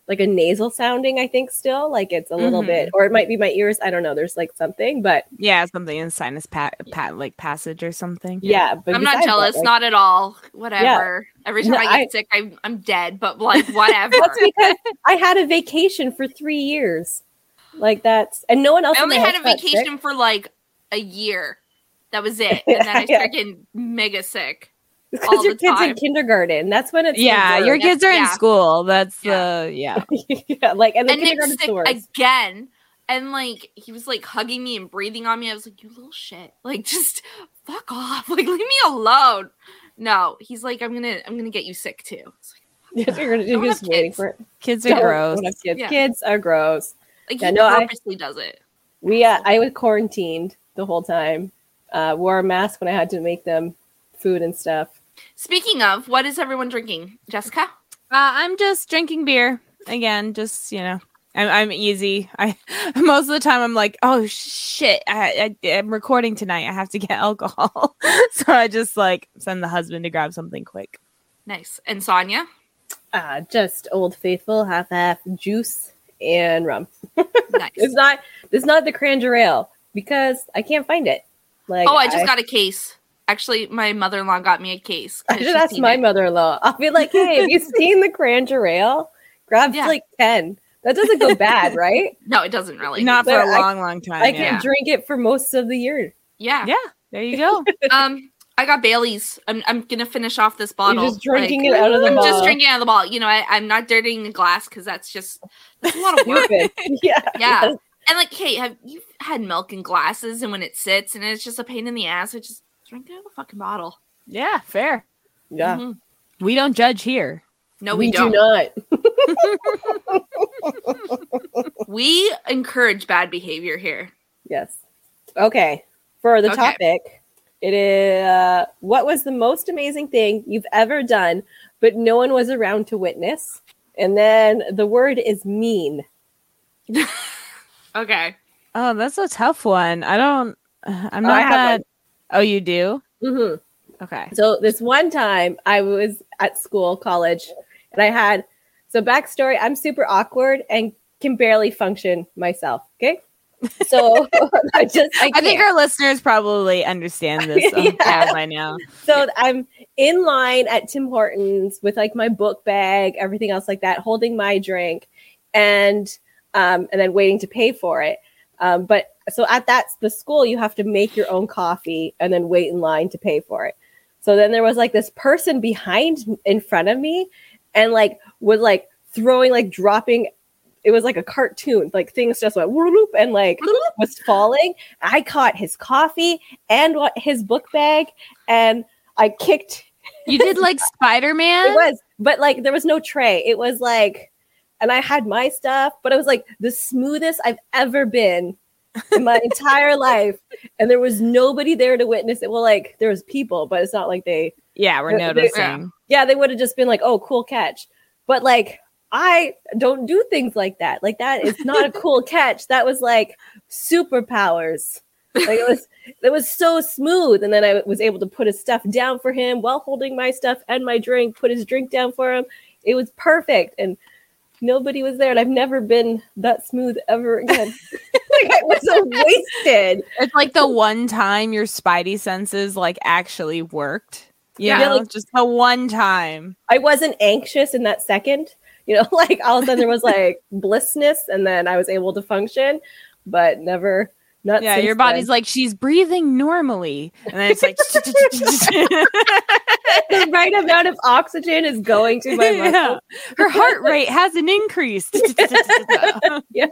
like a nasal sounding. I think still like it's a little Mhm. bit, Mm-hmm. or it might be my ears. I don't know. There's like something, but Yeah, something in sinus pat, pat like passage or something. yeah. But I'm not besides that, jealous, like- not at all. Whatever. Every time No, I get I- sick, I'm, I'm dead, but like, whatever. That's because I had a vacation for three years. Like that's and no one else. I in only my had a house got sick. vacation for like a year. That was it. And then I Yeah. started getting mega sick. It's all because your the kids time. in kindergarten. That's when it's the yeah. Your worst. kids are in Yeah. school. That's the yeah. yeah, like and the and Nick's kindergarten sick stores. again. And like he was like hugging me and breathing on me. I was like, "You little shit! Like just fuck off! Like leave me alone." No, he's like, "I'm gonna, I'm gonna get you sick too." It's like, you're, don't you're just have waiting kids. for it. Kids are Don't- gross. don't have kids. Yeah. kids are gross. like Yeah, he no, I- purposely does it. We uh, I was quarantined the whole time. Uh, wore a mask when I had to make them food and stuff. Speaking of, what is everyone drinking, Jessica? Uh, I'm just drinking beer again. Just you know, I'm, I'm easy. I most of the time I'm like, oh shit, I, I I'm recording tonight. I have to get alcohol, so I just like send the husband to grab something quick. Nice. And Sonia, Uh, just old faithful half half juice and rum. nice. It's not it's not the Cranger ale because I can't find it. Like oh, I just got a case. Actually, my mother-in-law got me a case. 'cause I should she's ask seen my it. mother-in-law. I'll be like, hey, have you seen the Cranger ale? Grab Yeah. like ten. That doesn't go bad, right? No, it doesn't really. Not for But a I- long, long time. I can yeah. drink it for most of the year. Yeah. yeah, there you go. Um, I got Bailey's. I'm, I'm gonna finish off this bottle. You're just drinking Like, it out of the I'm bottle. just drinking out of the bottle. You know, I, I'm not dirtying the glass because that's just that's a lot of work. Stupid. yeah. yeah. And like, hey, have you had milk in glasses and when it sits and it's just a pain in the ass, I just drink it out of the fucking bottle. Yeah, fair. Yeah. Mhm. We don't judge here. No, we, don't. do not. We encourage bad behavior here. Yes. Okay. For the Okay. topic, it is uh, what was the most amazing thing you've ever done, but no one was around to witness? And then the word is mean. Okay. Oh, that's a tough one. I don't. I'm Oh, not I have that. Oh, you do? hmm Okay. So this one time I was at school, college, and I had so backstory, I'm super awkward and can barely function myself. Okay. So I just I, I think can't. our listeners probably understand this um, Yeah. all by now. So I'm in line at Tim Hortons with like my book bag, everything else like that, holding my drink, and um, and then waiting to pay for it. Um, but so at that the school, you have to make your own coffee and then wait in line to pay for it. So then there was like this person behind in front of me, and like was like throwing like dropping. It was like a cartoon, like things just went whoop and like was falling. I caught his coffee and what his book bag, and I kicked You did like Spider it Man. was, but like there was no tray. It was like, and I had my stuff, but it was like the smoothest I've ever been in my entire life. And there was nobody there to witness it. Well, like there was people, but it's not like they, Yeah, we're Yeah, they- noticing. yeah, they would have just been like, oh, cool catch. But like, I don't do things like that. Like that is not a cool catch. That was like superpowers. Like it was, it was so smooth. And then I was able to put his stuff down for him while holding my stuff and my drink. Put his drink down for him. It was perfect, and nobody was there. And I've never been that smooth ever again. like I was so wasted. It's like the one time your Spidey senses like actually worked. Yeah, yeah, like- just the one time. I wasn't anxious in that second. You know, like all of a sudden there was like blissness, and then I was able to function, but never, Not yeah, since your body's like she's breathing normally, and then it's like then. the right amount of oxygen is going to my muscles. Yeah. her heart rate hasn't increased. Yeah.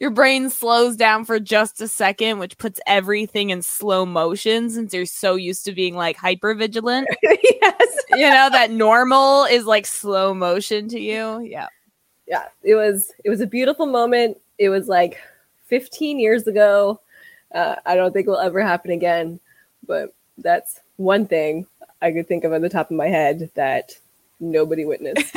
Your brain slows down for just a second, which puts everything in slow motion since you're so used to being like hyper vigilant. yes. you know, that normal is like slow motion to you. Yeah. Yeah. It was it was a beautiful moment. It was like 15 years ago. Uh, I don't think it will ever happen again, but that's one thing I could think of on the top of my head that nobody witnessed.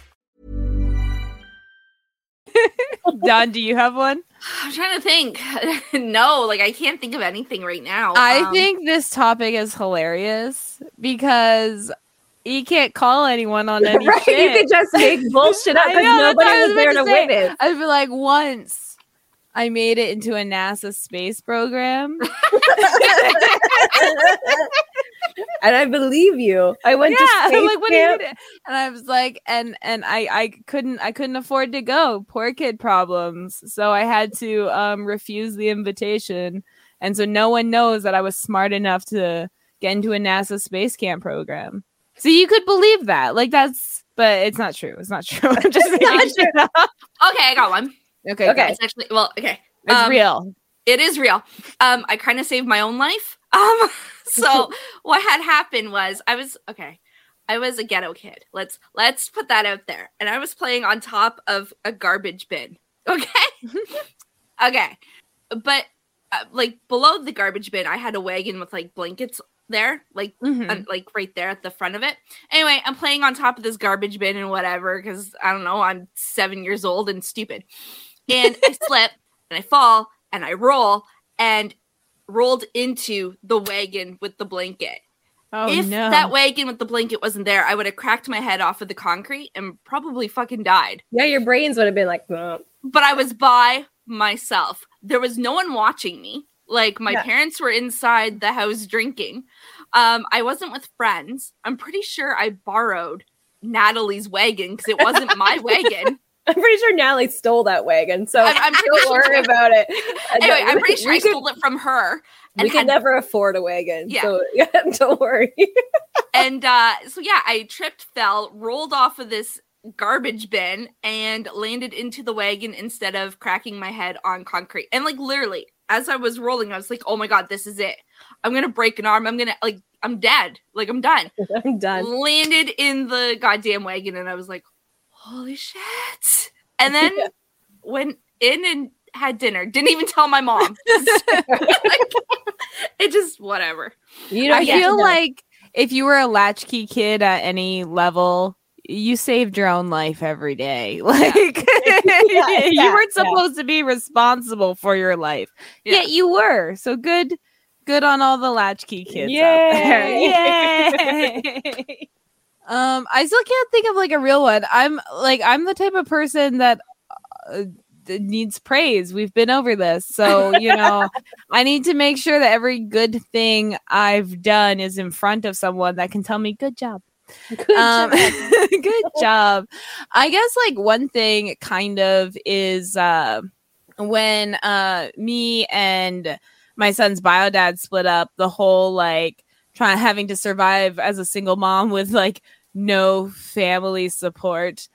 Don, do you have one? I'm trying to think. no, like I can't think of anything right Oh, now. I Um, think this topic is hilarious because you can't call anyone on any right? shit. You could just make bullshit up I because know, that's nobody what I was, was there to about to witness. I'd be like, once I made it into a NASA space program. and I believe you. I went yeah, to space like what do you camp. mean? And I was like, and and I I couldn't I couldn't afford to go. Poor kid problems. So I had to um refuse the invitation, and so no one knows that I was smart enough to get into a NASA space camp program. So you could believe that, like that's, but it's not true. It's not true. I'm just not making shit up. Okay, I got one. Okay, Okay. okay, It's actually well, okay. it's Um, real. It is real. Um, I kind of saved my own life. Um, so what had happened was I was okay. I was a ghetto kid. Let's let's put that out there. And I was playing on top of a garbage bin. Okay. okay. But uh, like below the garbage bin, I had a wagon with like blankets there, like Mhm. uh, like right there at the front of it. Anyway, I'm playing on top of this garbage bin and whatever because I don't know, I'm seven years old and stupid. And I slip and I fall and I roll and rolled into the wagon with the blanket. Oh if no, that wagon with the blanket wasn't there, I would have cracked my head off of the concrete and probably fucking died. Yeah, your brains would have been like, "Nah." But I was by myself. There was no one watching me. Like my Yeah. parents were inside the house drinking. Um, I wasn't with friends. I'm pretty sure I borrowed Natalie's wagon because it wasn't my wagon. I'm pretty sure Natalie stole that wagon, so I'm- I'm pretty don't worry sure- about it. Anyway, I'm pretty sure we I could, stole it from her. we could had never afford a wagon, Yeah. so yeah, don't worry. and uh, so yeah, I tripped, fell, rolled off of this garbage bin, and landed into the wagon instead of cracking my head on concrete. And like literally, as I was rolling, I was like, "Oh my god, this is it! I'm gonna break an arm. I'm gonna like, I'm dead. Like I'm done." I'm done. Landed in the goddamn wagon, and I was like, "Holy shit!" And then went in and had dinner. Didn't even tell my mom. it just whatever. You I get to feel know. like if you were a latchkey kid at any level, you saved your own life every day. Like yeah, you weren't yeah. supposed to be responsible for your life, yet you were. So good, good on all the latchkey kids. Out there. Yay! um, I still can't think of like a real one. I'm like I'm the type of person that. Uh, that needs praise we've been over this so you know I need to make sure that every good thing I've done is in front of someone that can tell me good job. Good um, job. good job. I guess like one thing kind of is uh, when uh, me and my son's bio dad split up, the whole like trying having to survive as a single mom with like no family support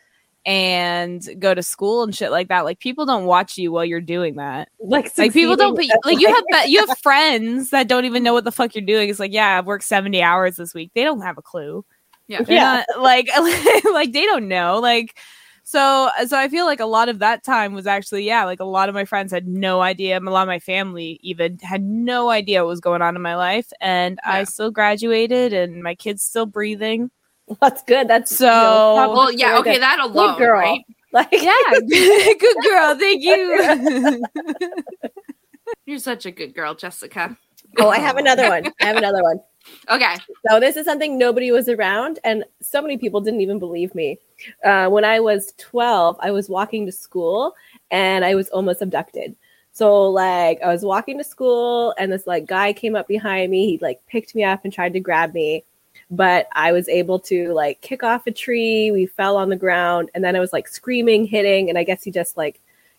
and go to school and shit like that. Like people don't watch you while you're doing that. Like, Like people don't put, succeeding at like you have be- you have friends that don't even know what the fuck you're doing. It's like yeah, I've worked seventy hours this week. They don't have a clue. Yeah. They're Yeah. not- like like they don't know. Like so so I feel like a lot of that time was actually yeah. Like a lot of my friends had no idea. A lot of my family even had no idea what was going on in my life, and I Yeah. still graduated, and my kids still breathing. That's good. That's So- probably Well, yeah, good. okay, that alone, Good girl. right? Like, Yeah, good girl. Thank you. You're such a good girl, Jessica. oh, I have another one. I have another one. Okay. So this is something nobody was around, and so many people didn't even believe me. Uh, when I was 12, I was walking to school, and I was almost abducted. So like I was walking to school, and this like guy came up behind me. He like picked me up and tried to grab me, but I was able to like kick off a tree. We fell on the ground, and then I was like screaming, hitting, and I guess he just like,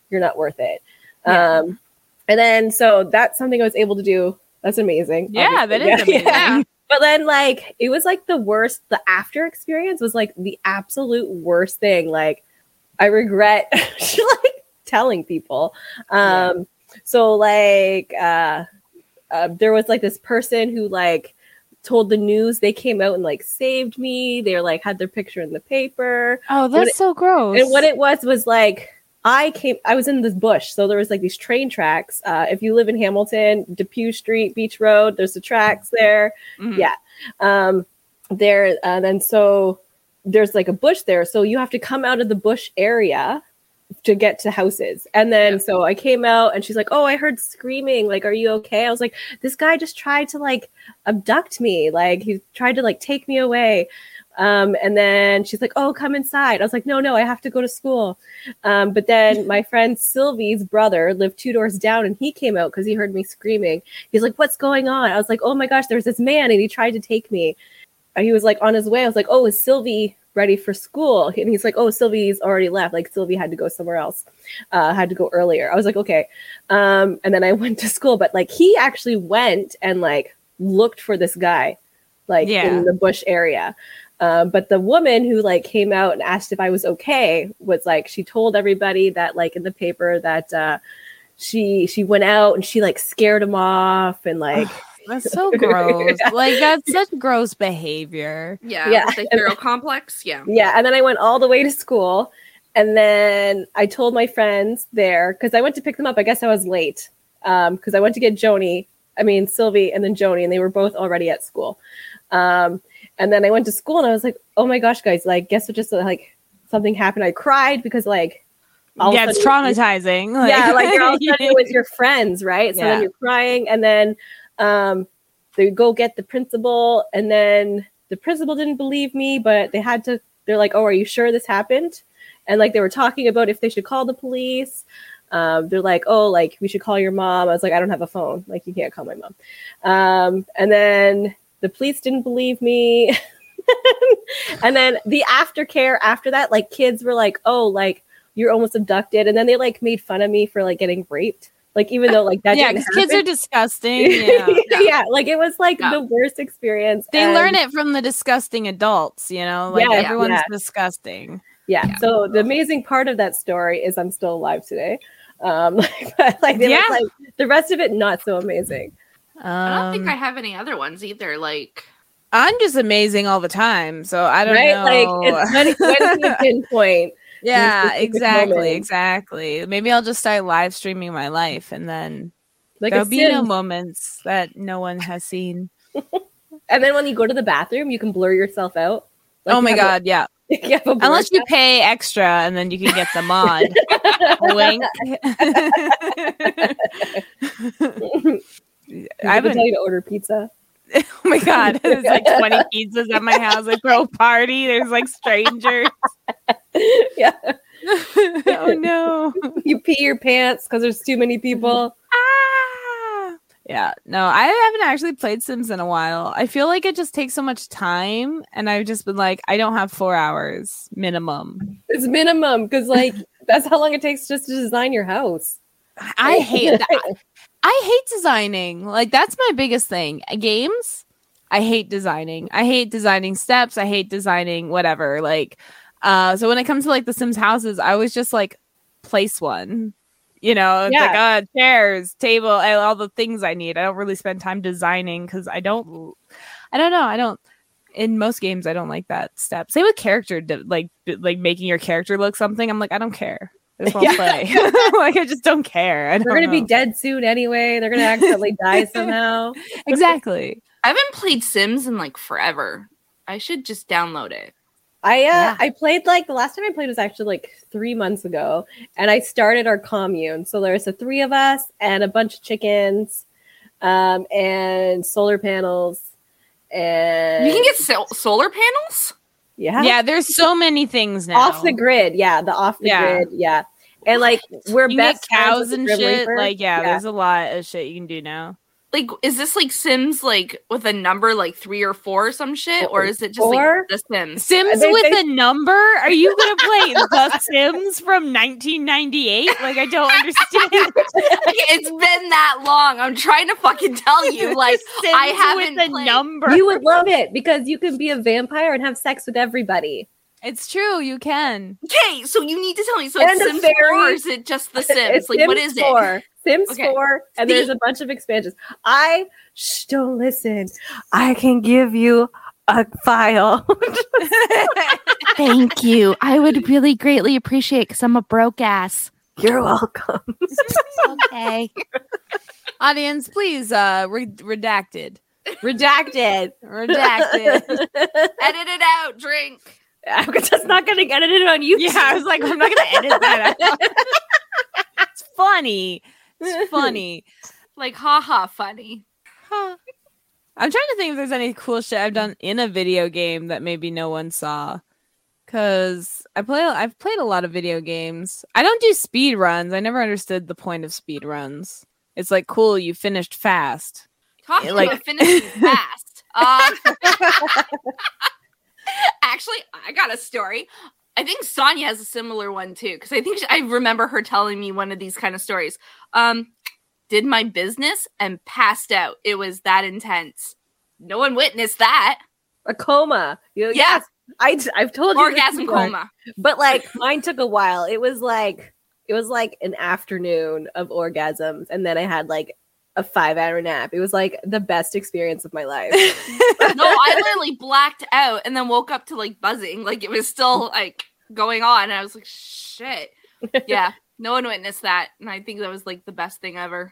"You're not worth it." Yeah. Um, and then so that's something I was able to do. That's amazing. yeah, that is obviously. amazing. Yeah. But then, like, it was like the worst. The after experience was like the absolute worst thing. Like, I regret like telling people. Um, so like, uh, uh, there was like this person who like told the news they came out and like saved me. They were like had their picture in the paper. Oh, that's that's so gross. And what it was was like I came I was in this bush. So there was like these train tracks. Uh if you live in Hamilton, Depew Street, Beach Road, there's the tracks there. Mhm. Yeah. Um there and then so there's like a bush there. So you have to come out of the bush area to get to houses. And then so I came out and she's like, "Oh, I heard screaming. Like, are you okay?" I was like, "This guy just tried to like abduct me. Like, he tried to like take me away." Um, and then she's like, "Oh, come inside." I was like, "No, no, I have to go to school." Um, but then my friend Sylvie's brother lived two doors down, and he came out because he heard me screaming. He's like, "What's going on?" I was like, "Oh my gosh, there's this man, and he tried to take me." And he was like on his way. I was like, "Oh, is Sylvie ready for school?" And he's like, "Oh, Sylvie's already left. Like Sylvie had to go somewhere else, uh, had to go earlier." I was like, "Okay," um, and then I went to school. But like, he actually went and like looked for this guy, like Yeah. in the bush area. Um, but the woman who like came out and asked if I was okay was like she told everybody that like in the paper that uh, she she went out and she like scared him off and like That's so gross. Yeah. Like that's such gross behavior. Yeah. Yeah. The hero complex. Yeah. Yeah, and then I went all the way to school, and then I told my friends there because I went to pick them up. I guess I was late because I went to get Joni. I mean Sylvie, and then Joni, and they were both already at school. Um, and then I went to school, and I was like, "Oh my gosh, guys! Like, guess what? Just like something happened. I cried because like, all of a yeah, it's sudden- traumatizing. yeah, like you're all of a sudden with your friends, right? So Yeah. then you're crying, and then um, they go get the principal, and then the principal didn't believe me, but they had to. They're like, "Oh, are you sure this happened?" And like they were talking about if they should call the police. Um, they're like, "Oh, like we should call your mom." I was like, "I don't have a phone. Like you can't call my mom." Um, and then the police didn't believe me. and then the aftercare after that, like kids were like, "Oh, like you're almost abducted," and then they like made fun of me for like getting raped, like even though like that yeah, didn't because kids are happen. disgusting. Yeah. yeah. like it was like Yeah. the worst experience. They and- learn it from the disgusting adults, you know? Like Yeah, everyone's yeah. disgusting. Yeah. So the amazing part of that story is I'm still alive today. Um, but like, it Yeah. was, like the rest of it not so amazing. I don't think Um, I have any other ones either. Like, I'm just amazing all the time, so I don't right? know. Like it's when, when can you pinpoint? yeah, specific exactly, moment. exactly. Maybe I'll just start live streaming my life, and then Like a there'll be no Sims. moments that no one has seen. and then when you go to the bathroom, you can blur yourself out. Like, oh you my have a- god, yeah. you have a blur Unless you pay extra, and then you can get the mod. Wink. I I have would. tell you to order pizza. Oh my god, there's like 20 pizzas at my house. I throw a party. There's like strangers. yeah, oh no. you pee your pants because there's too many people. Ah! Yeah, no, I haven't actually played Sims in a while. I feel like it just takes so much time, and I've just been like, I don't have four hours minimum. It's minimum because like that's how long it takes just to design your house. I- I hate that. I hate designing. Like that's my biggest thing. Uh, Games, I hate designing. I hate designing steps. I hate designing whatever. Like Uh, so when it comes to like The Sims houses, I was just like place one. You know, it's like uh, chairs, table, and all the things I need. I don't really spend time designing because I don't. I don't know. I don't. In most games, I don't like that step. Same with character, de- like b- like making your character look something. I'm like, I don't care. I just want to play. like I just don't care. I We're don't gonna be know. dead soon anyway. They're gonna accidentally die somehow. exactly. I haven't played Sims in like forever. I should just download it. I uh, Yeah. I played like the last time I played was actually like three months ago, and I started our commune. So there's the three of us and a bunch of chickens, um, and solar panels, and You can get sol- solar panels? yeah, Yeah, there's so many things now. off the grid. Yeah, the off the Yeah. grid. Yeah, and like we're You can best get friends cows with the and Grim shit. Reaper. Like, yeah, there's a lot of shit you can do now. Like is this like Sims like with a number like 3 or 4 or some shit or is it just Four? like The Sims? Sims They- with they- a number? Are you gonna play The Sims from 1998? Like, I don't understand. Like, it's been that long. I'm trying to fucking tell you like Sims I haven't with a played. number. you would love it because you can be a vampire and have sex with everybody. it's true. You can. Okay, so you need to tell me. So And it's a Sims fairy. 4 or is it just The Sims? It's like what is it? four. Sims Okay. 4, and there's a bunch of expansions. I shh, don't listen. I can give you a file. Thank you. I would really greatly appreciate because I'm a broke ass. You're welcome. Okay. Audience, please uh re- redacted. Redacted. Redacted. Edit it out, drink. I'm just not going to get it on YouTube. yeah, I was like, I'm not gonna edit that out. it's funny. It's funny. Like haha funny. I'm trying to think if there's any cool shit I've done in a video game that maybe no one saw. Cause I play I've played a lot of video games. I don't do speed runs. I never understood the point of speed runs. It's like cool, you finished fast. Talking like- about finishing fast. Um, actually, I got a story. I think Sonia has a similar one too, because I think she, I remember her telling me one of these kind of stories. Um, did my business and passed out. It was that intense. No one witnessed that a coma. You- Yeah. I, I've told you. this orgasm before. coma. But like mine took a while. It was like it was like an afternoon of orgasms, and then I had like a five hour nap. It was like the best experience of my life. No, I literally blacked out and then woke up to like buzzing, like it was still like going on, and I was like, shit. Yeah, no one witnessed that, and I think that was like the best thing ever.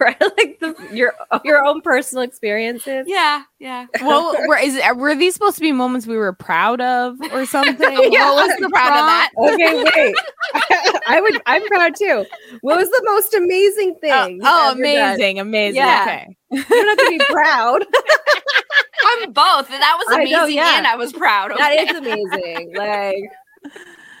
right? Like the, your your own personal experiences. Yeah, yeah. Well, were is it, were these supposed to be moments we were proud of or something? Oh, Yeah, I was proud of that. Okay, wait. I would. I'm proud too. What was the most amazing thing? Oh, you've oh, ever done? amazing, amazing. Yeah. Okay. You don't have to be proud. I'm both. and That was I amazing, know, yeah. and I was proud. of That it. is amazing. Like,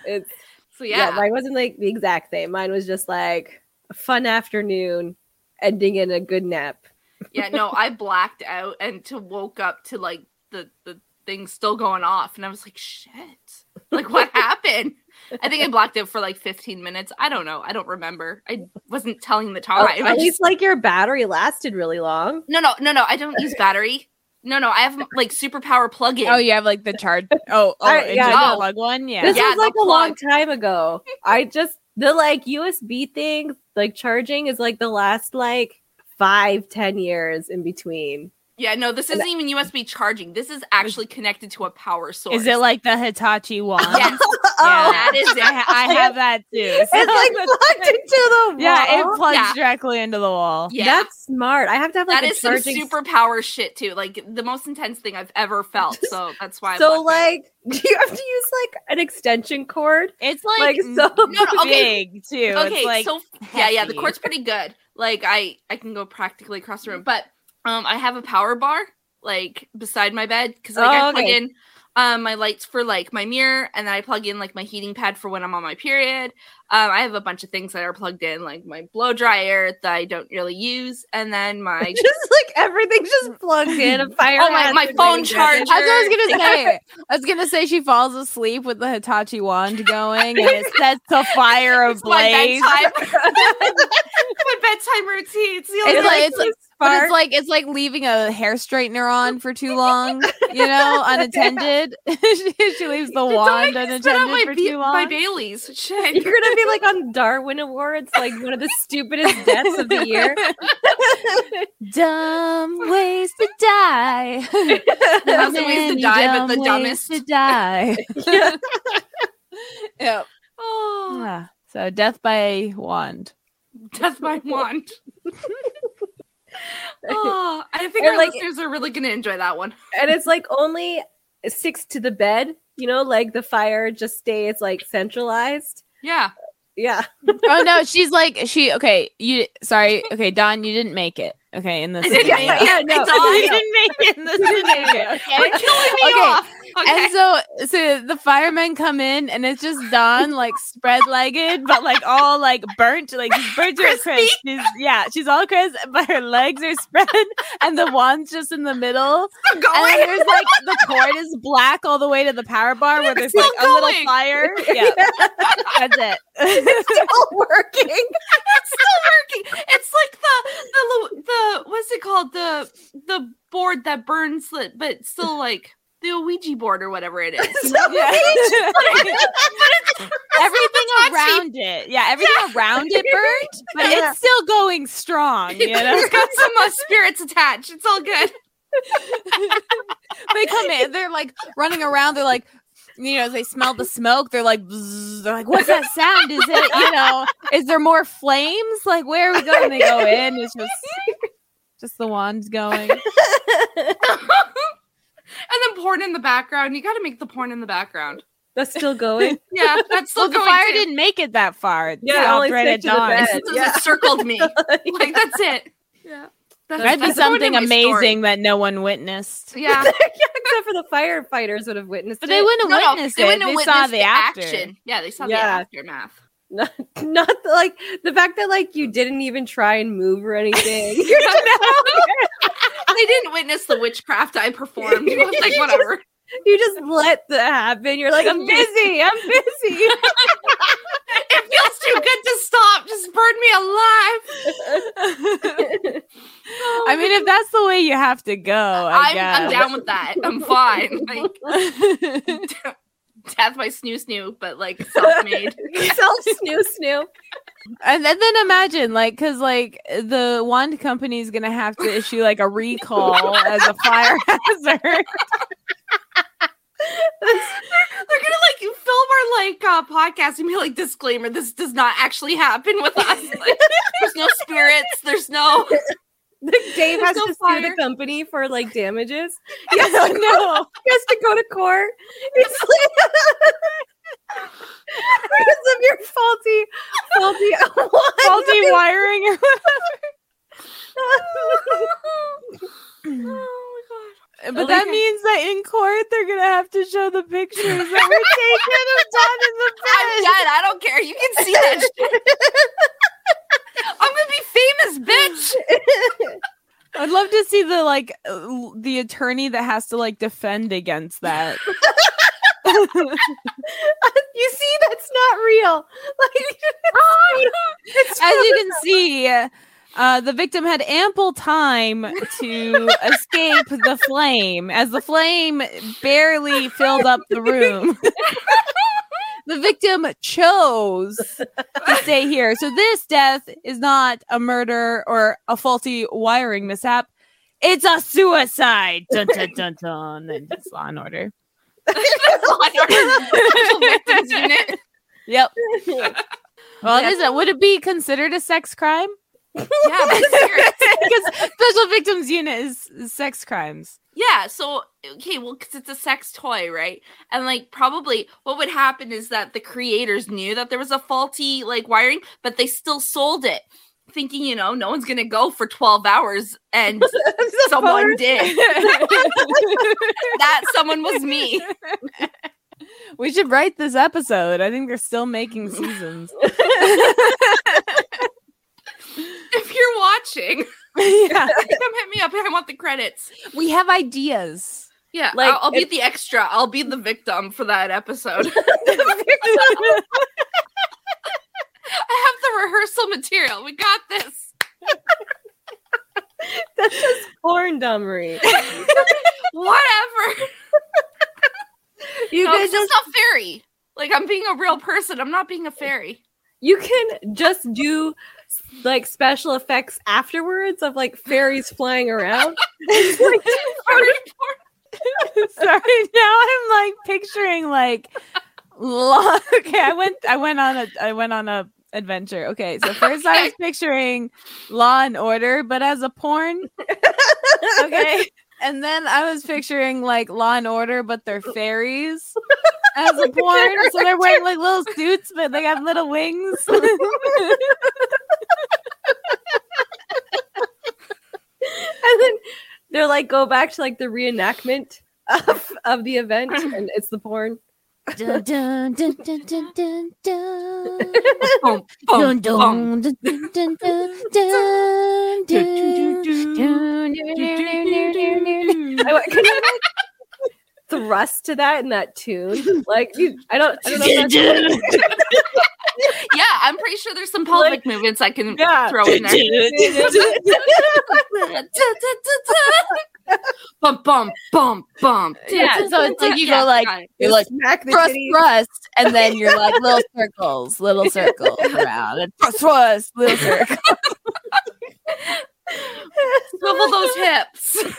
it's So yeah. yeah, Mine wasn't like the exact same. Mine was just like a fun afternoon, ending in a good nap. yeah. No, I blacked out and to woke up to like the the thing still going off, and I was like, shit. Like what happened? I think I blacked out for like 15 minutes. I don't know. I don't remember. I wasn't telling the time. at I just- least like your battery lasted really long. no, no, no, no. I don't use battery. No, no. I have like superpower plug-in. Oh, you have like the charge. Oh, oh, I- and yeah, just no. plug one. Yeah. This Yeah, was the like a plug. long time ago. I just the like USB thing, like charging is like the last like five, ten years in between. Yeah, no. This isn't even USB charging. This is actually connected to a power source. Is it like the Hitachi one? Yes. Yeah. Oh. That is I, it. ha- I have that too. It's like plugged into the wall. yeah, it plugs Yeah. directly into the wall. Yeah. That's smart. I have to have like that a is some charging superpower shit too. Like the most intense thing I've ever felt. So that's why. I So blacked out. like, do you have to use like an extension cord? It's Like, like, so no, no, okay. big too. okay, it's like so yeah, yeah, the hefty. cord's pretty good. Like I, I can go practically across the room, but um, I have a power bar like beside my bed because like Oh, I plug okay. in um my lights for like my mirror, and then I plug in like my heating pad for when I'm on my period. Um, I have a bunch of things that are plugged in, like my blow dryer that I don't really use, and then my Just like everything's just plugged in. A fire. Oh, my- my hazard phone range charger. hazard. That's what I was gonna say. I was gonna say she falls asleep with the Hitachi wand going, and it sets the fire it's my ablaze. bedtime, my bedtime routine. It's the only It's thing I like it's like, But far. it's like it's like leaving a hair straightener on for too long, you know, unattended. she she leaves the Don't wand make me spit out unattended my, for Ba- too long. my Bailey's. Shit. You're gonna be like on Darwin Awards, like one of the stupidest deaths of the year. dumb ways to die. Lots of ways to Many die, but the dumb ways dumbest. to die. Yep. Oh, Ah, so death by wand. death by wand. oh, I think And, our like- listeners are really gonna enjoy that one. and it's like only six to the bed, you know, like the fire just stays like centralized. Yeah. Yeah. oh no, she's like she. Okay, you. Sorry. Okay, Don, you didn't make it. Okay, in this. I didn't scenario. make no, it. It's all- You didn't make it in this scenario. Okay. You're killing me Okay, off. Okay. And so, so the firemen come in, and it's just Dawn like spread legged, but like all like burnt, like she's burnt to a crisp. She's, yeah, she's all crisp, but her legs are spread, and the wand's just in the middle. Still going. And then there's like the cord is black all the way to the power bar where there's like still a little going. fire. Yeah, that's it. All working. it's still working. It's like the the lo- the what's it called the the board that burns, li- but still like the Ouija board or whatever it is. You know? Yeah. everything Tamagotchi. around it, yeah, everything around it burnt, but Yeah. it's still going strong. You know, It's got some uh, spirits attached. It's all good. they come in, they're like running around, they're like, you know, they smell the smoke, they're like, "Bzzz," they're like, what's that sound? Is it, you know, is there more flames? Like, where are we going? They go in, it's just, just the wand's going. And then porn in the background. You got to make the porn in the background. That's still going. Yeah, that's still Well, the going. fire too. didn't make it that far. It's Yeah, all only thread stick at to the dawn. bed. It Yeah. circled me. Like that's it. Yeah, that's, That'd be that's going something in my story. amazing that no one witnessed. Yeah, Except for the firefighters would have witnessed But it. they wouldn't No, no, witness they it. wouldn't they have saw witnessed the after. action. Yeah, they saw Yeah. the aftermath. Not, not the, like the fact that like you didn't even try and move or anything. You're just, they didn't witness the witchcraft I performed. I was like, whatever. you just let that happen. You're like, I'm busy. I'm busy. It feels too good to stop. Just burn me alive. I mean, if that's the way you have to go, I I'm, I'm down with that. I'm fine. Like, guess. death by snoo snoo, but like self made. Self snoo snoo. And, and then imagine, like, because like the wand company is gonna have to issue like a recall as a fire hazard. They're gonna like film our like uh, podcast and be like disclaimer: this does not actually happen with us. Like, there's no spirits. There's no. Dave has No to sue fire. the company for like damages. Yeah, no. He has to go to court. It's like because of your faulty, faulty, Faulty wiring. or Oh whatever. But that Okay. means that in court they're gonna have to show the pictures that were taken of Don in the I'm bed. dead. I don't care. You can see that. Shit. I'm gonna be famous, bitch. I'd love to see the like uh, l- the attorney that has to like defend against that. You see, that's not real. Like, Oh, it's As you can see, uh, the victim had ample time to escape the flame as the flame barely filled up the room. the victim chose to stay here. So, this death is not a murder or a faulty wiring mishap. It's a suicide. Dun, dun, dun, dun. And it's law and order. Oh Special victims unit. Yep. Well, it isn't. Would it be considered a sex crime? Yeah, but serious. Because special victims unit is, is sex crimes. Yeah, so okay, well, because it's a sex toy, right? And like, probably what would happen is that the creators knew that there was a faulty like wiring, but they still sold it, thinking, you know, no one's gonna go for 12 hours. And someone did. That someone was me. we should write this episode. I think they're still making seasons. If you're watching, yeah. come hit me up and I want the credits. We have ideas. Yeah, Like, I'll, I'll be the extra. I'll be the victim for that episode. I have the rehearsal material. We got this. That's just corn dumbery. Whatever. You no, guys it's just a fairy. Like I'm being a real person. I'm not being a fairy. you can just do like special effects afterwards of like fairies flying around. It's like, Fairy Sorry, now I'm like picturing like lo- okay, I went I went on a I went on a adventure. Okay, so first I was picturing Law and Order, but as a porn. Okay. And then I was picturing like Law and Order, but they're fairies as a porn. So they're wearing like little suits, but they have little wings. and then they're like go back to like the reenactment of, of the event and it's the porn. Dun, dun, dun, dun, dun, dun, dun. boom, boom, Dun, boom. dun, dun, dun, dun, dun, dun, dun, dun, dun. I, wa- can you like thrust to that in that tune? Like you, I don't, I don't know. If that's, Yeah, I'm pretty sure there's some pelvic movements I can Yeah. throw in there. bump, bump, bump, bump. Yeah, so it's like you Yeah, go like got it. you're like smack the thrust, titties. thrust, and then you're like little circles, little circles around, and thrust, thrust, little circle. swivel those hips.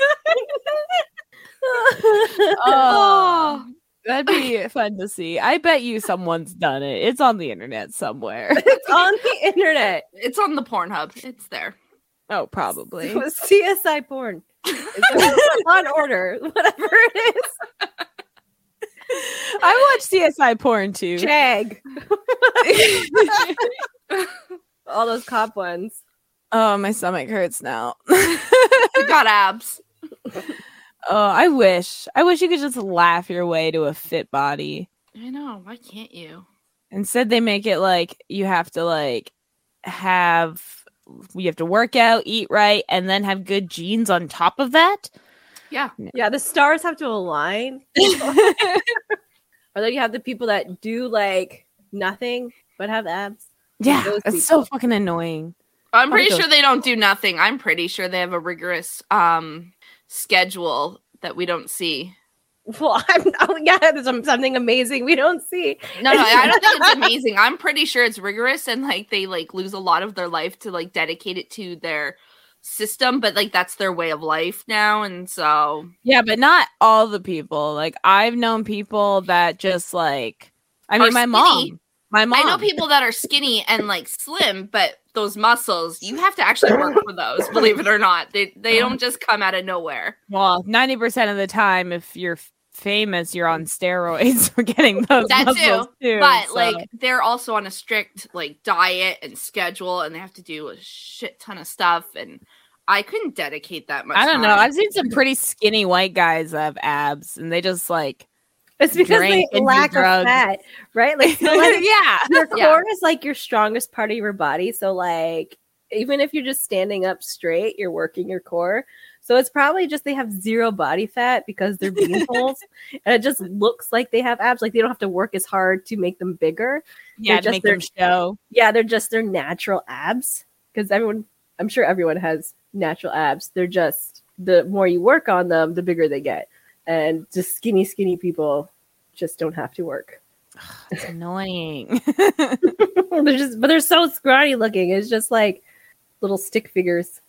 Oh, that'd be fun to see. I bet you someone's done it. It's on the internet somewhere. It's on the internet. It's on the Pornhub. It's there. Oh, probably. It was CSI porn. It's on order, whatever it is. I watch CSI porn too. Jag. All those cop ones. Oh, my stomach hurts now. You got abs. Oh, I wish. I wish you could just laugh your way to a fit body. I know. Why can't you? Instead, they make it like you have to like have you have to work out, eat right, and then have good genes on top of that. Yeah. Yeah, the stars have to align. Or then you have the people that do like nothing but have abs. yeah, Those it's so fucking annoying. I'm pretty Probably sure they don't do nothing. I'm pretty sure they have a rigorous um schedule that we don't see. Well, I'm oh, yeah, there's some- something amazing we don't see. No, no, I don't think it's amazing. I'm pretty sure it's rigorous and like they like lose a lot of their life to like dedicate it to their system, but like that's their way of life now. And so Yeah, but not all the people. Like I've known people that just like I mean Are my skinny. mom. My mom. I know people that are skinny and like slim, but those muscles, you have to actually work for those, believe it or not. They they don't just come out of nowhere. well, 90% of the time if you're f- famous, you're on steroids for getting those That muscles too. But so- like they're also on a strict like diet and schedule and they have to do a shit ton of stuff and I couldn't dedicate that much. I don't know. time. I've seen some pretty skinny white guys that have abs and they just like It's because Drink they and do lack of drugs. fat, right? Like, so, like, yeah. your core Yeah. is like your strongest part of your body. So like even if you're just standing up straight, you're working your core. So it's probably just they have zero body fat because they're bean poles, and it just looks like they have abs. Like they don't have to work as hard to make them bigger. Yeah, to just make their- them show. Yeah, they're just their natural abs. Because everyone, I'm sure everyone has natural abs. They're just the more you work on them, the bigger they get. And just skinny, skinny people just don't have to work. It's annoying. they're just but they're so scrawny looking. It's just like little stick figures.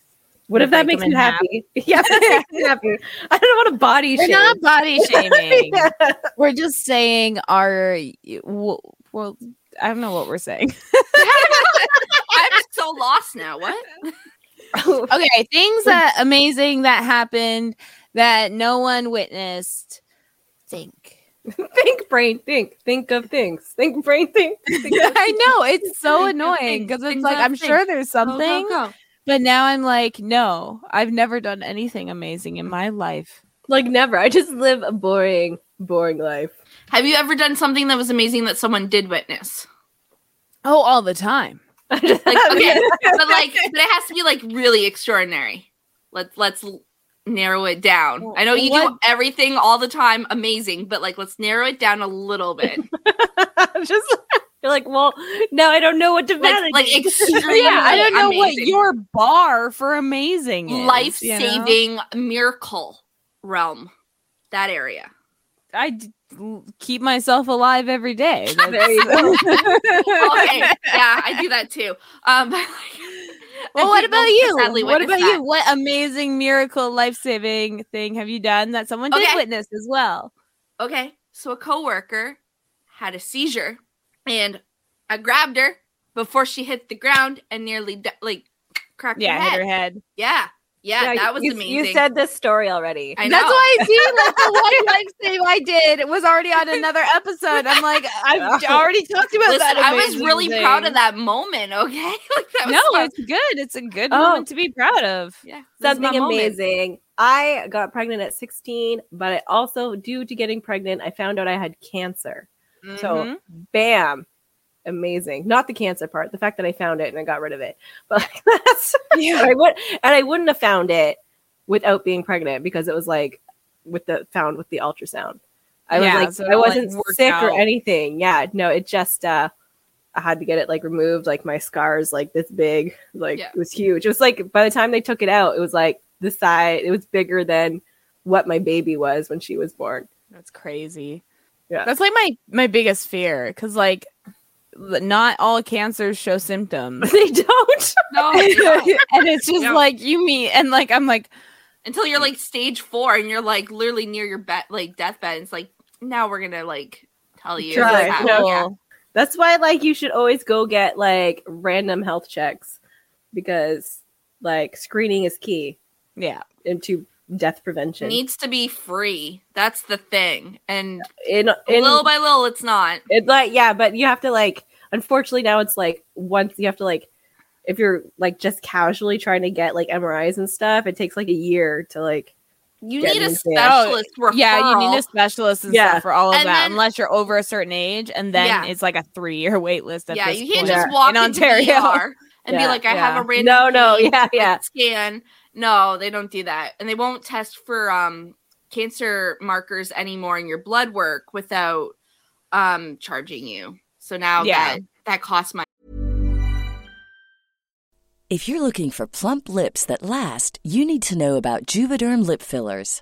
What if that Break them makes you in half. happy? Yeah, that makes me happy. I don't want a body We're shape. not body shaming. Yeah. We're just saying our well, well, I don't know what we're saying. I'm so lost now. What? Okay, things that amazing that happened that no one witnessed. Think. think brain, think, think of things, think brain, think. think of- I know it's so Think of annoying things, because it's things like of I'm sure things. there's Go, go, something, go. but now I'm like, no, I've never done anything amazing in my life. like never. I just live a boring, boring life. Have you ever done something that was amazing that someone did witness? Oh, all the time. Like okay, but like but it has to be like really extraordinary. Let's let's l- narrow it down. I know you What- do everything all the time amazing, but like let's narrow it down a little bit. I'm just You're like, well, now I don't know what to Like, validate. like extremely. yeah, I don't know what amazing. your bar for amazing is. life you know? saving miracle realm. That area. I d- l- keep myself alive every day. That's- There you go. Okay. yeah, I do that too. Um well, I what think about most you? sadly What witnessed about that. you? What amazing miracle life saving thing have you done that someone did Okay. witness as well? Okay, so a coworker had a seizure, and I grabbed her before she hit the ground and nearly di- like cracked Yeah, her hit head. her head. Yeah, yeah, Yeah, that was you, amazing. You said this story already. I know. That's why I see like the one life save I did was already on another episode. I'm like, I've already talked about Listen, that. I was amazing really proud thing. of that moment. Okay, like that was No, fun. it's good. It's a good Oh. moment to be proud of. yeah, this is my Something moment. amazing. I got pregnant at 16, but I also, due to getting pregnant, I found out I had cancer. So, Mm-hmm. bam, amazing. Not the cancer part, the fact that I found it and I got rid of it. But like, that's, and I would, and I wouldn't have found it without being pregnant because it was like with the found with the ultrasound. I Yeah, was like, so it, I like, wasn't worked sick or out. anything. Yeah, no, it just, uh, I had to get it like removed, like my scars, like this big, like Yeah. it was huge. It was like by the time they took it out, it was like the size, it was bigger than what my baby was when she was born. That's crazy. Yeah. That's like my my biggest fear because like l- not all cancers show symptoms. they don't. No, no. and it's just Yeah. like you meet and like I'm like until you're like stage four and you're like literally near your bed, like deathbed. and It's like now we're gonna like tell you. Try. how- No. yeah. That's why, like, you should always go get like random health checks because, like, screening is key yeah. into death prevention. Needs to be free. That's the thing. And in, in, little by little, it's not. it, like, yeah, but you have to like. Unfortunately, now it's like once you have to like, if you're like just casually trying to get like MRIs and stuff, it takes like a year to like. You Get need a an exam. specialist referral. Oh, Yeah, you need a specialist and Yeah. stuff for all of And that, then- unless you're over a certain age, and then Yeah. it's like a three year wait list. At yeah, this you can't point. just Yeah. walk In into Ontario. the ER and be Yeah, like, "I have a yeah. random No, no, pain, yeah, let's yeah. scan." No, they don't do that, and they won't test for um cancer markers anymore in your blood work without um charging you. So now Yeah. that that costs money. If you're looking for plump lips that last, you need to know about Juvederm lip fillers.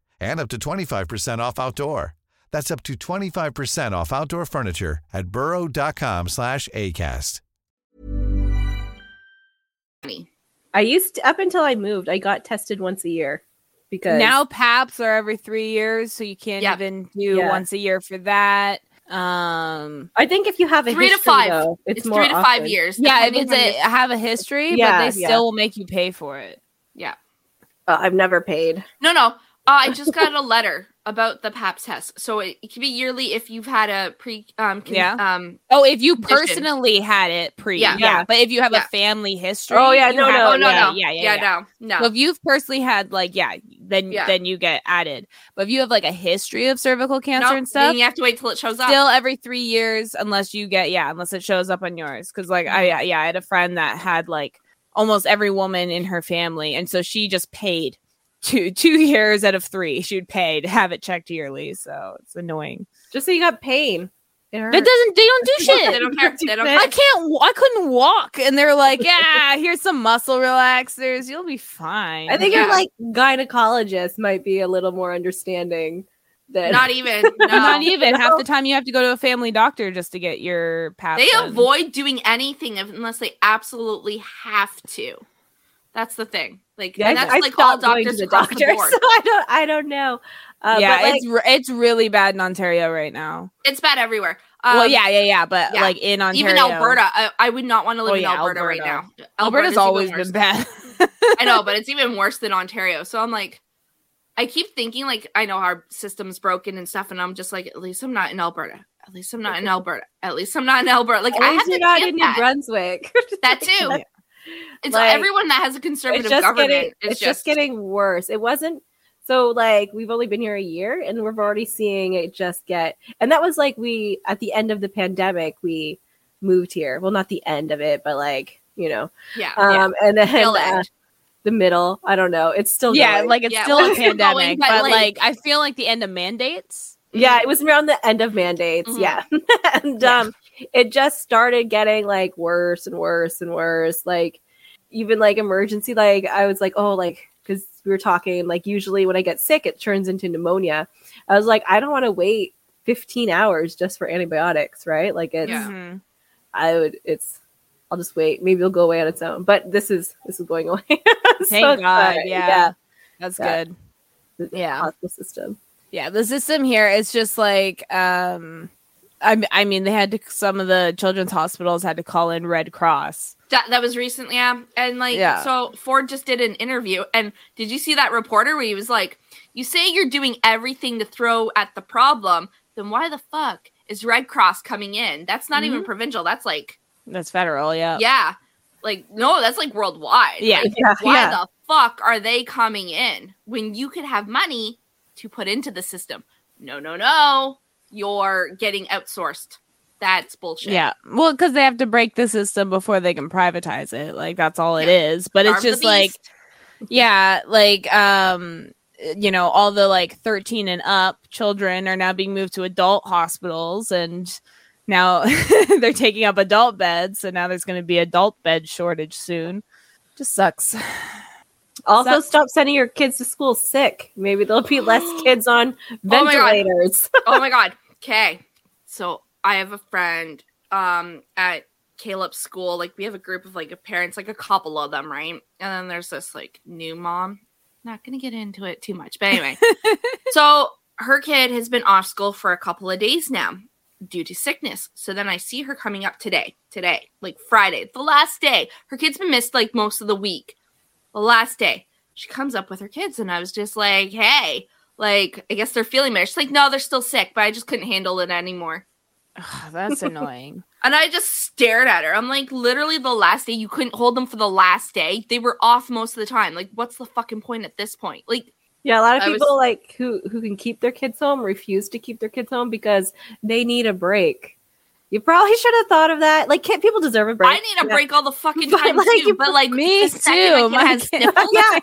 and up to 25% off outdoor. That's up to 25% off outdoor furniture at burrow.com slash ACAST. I used to, up until I moved, I got tested once a year because Now PAPs are every three years, so you can't Yeah. even do Yeah. once a year for that. Um, I think if you have a Three to history, five. though, it's, It's, more three to five often. years. yeah, if depending it's on a your- have a history, Yeah, but they yeah. still will make you pay for it. Uh, I've never paid. No, no. Uh, I just got a letter about the PAP test. So it, it can be yearly if you've had a pre um con- Yeah. um Oh, if you Condition. personally had it pre, Yeah. yeah. Yeah. But if you have Yeah. a family history, Oh, yeah, you no, have- no, oh no Uh, yeah, no yeah, yeah, yeah. no So no if you've personally had like yeah, then Yeah. then you get added. But if you have like a history of cervical No, cancer then and stuff, you have to wait till it shows up. still every three years unless you get yeah unless it shows up on yours because like i I- yeah i had a friend that had like almost every woman in her family and so she just paid two two years out of three she would pay to have it checked yearly so it's annoying Just so you got pain. It it hurt. doesn't they don't do they shit don't care. They don't i care. can't wa- i couldn't walk and they're like yeah here's some muscle relaxers you'll be fine I think Yeah. your like gynecologist might be a little more understanding than Not even. No. not even half the time you have to go to a family doctor just to get your pap they done. avoid doing anything if- unless they absolutely have to. That's the thing. Like Yeah, and I, that's I like all stopped going to doctors the across doctor, the board. so I don't I don't know. Uh, yeah, but, like, it's re- it's really bad in Ontario right now. It's bad everywhere. well, Um, yeah, yeah, yeah, but yeah. like in Ontario, Even Alberta, I, I would not want to live Oh, in yeah, Alberta, right now. Alberta. Alberta's Alberta's always even been worse. bad. I know, but it's even worse than Ontario. So I'm like, I keep thinking like I know our system's broken and stuff, and I'm just like, at least I'm not in Alberta. At least I'm not in Alberta. At least I'm not in Alberta. Like at I least have you're to not get in New that. Brunswick. that too. That's- It's Like, everyone that has a conservative it's just government. getting is it's just, getting worse. It wasn't so like we've only been here a year and we're already seeing it just get and that was like we at the end of the pandemic we moved here. Well, not the end of it, but like, you know. yeah. yeah. Um and then Still uh, end. the middle, I don't know. It's still yeah, going. like it's Yeah, still well, a it's still going, pandemic, but, but, like- like, I feel like the end of mandates. Yeah, it was around the end of mandates. Mm-hmm. Mhm. Yeah. and um it just started getting like worse and worse and worse. Like even like emergency like I was like, "Oh, like cuz we were talking like usually when I get sick it turns into pneumonia." I was like, "I don't want to wait 15 hours just for antibiotics, right? Like it's Yeah. Mhm. I would it's I'll just wait. Maybe it'll go away on its own. But this is this is going away. So Thank it's God. fine. Yeah, that's Yeah. good. The Yeah. hospital system. Yeah, the system here is just like um I m- I mean they had to some of the children's hospitals had to call in Red Cross. That, that was recent, yeah. And like, Yeah. so Ford just did an interview, and did you see that reporter where he was like, "You say you're doing everything to throw at the problem, then why the fuck is Red Cross coming in? That's not Mm-hmm. even provincial. That's like, That's federal, yeah. yeah, like no, that's like worldwide. Yeah. Like, Yeah, why yeah. the fuck are they coming in when you could have money to put into the system? No, no, no. You're getting outsourced. That's bullshit. Yeah. Well, because they have to break the system before they can privatize it. Like that's all it is. But Starve it's the just like, beast. yeah, like um, you know, all the like thirteen and up children are now being moved to adult hospitals, and now they're taking up adult beds. So now there's going to be adult bed shortage soon. Just sucks. Also, Sucks. stop sending your kids to school sick. Maybe there'll be less kids on Oh my God. ventilators. oh my god. Okay. So I have a friend um at Caleb's school. Like we have a group of like parents, like a couple of them, right? And then there's this like new mom. Not gonna get into it too much, but anyway. so her kid has been off school for a couple of days now due to sickness. So then I see her coming up today, today, like Friday, the last day. Her kid's been missed like most of the week. The last day. She comes up with her kids, and I was just like, hey, like, I guess they're feeling better. She's like, no, they're still sick, but I just couldn't handle it anymore. Ugh, that's annoying. And I just stared at her. I'm like, literally, the last day, you couldn't hold them for the last day. They were off most of the time. Like, what's the fucking point at this point? Like, Yeah, a lot of I was- people like who who can keep their kids home refuse to keep their kids home because they need a break. You probably should have thought of that. Like, can't people deserve a break? I need a Yeah. break all the fucking But, time, like, too. But, like, me the second too, My kid my has kid- sniffles, yeah,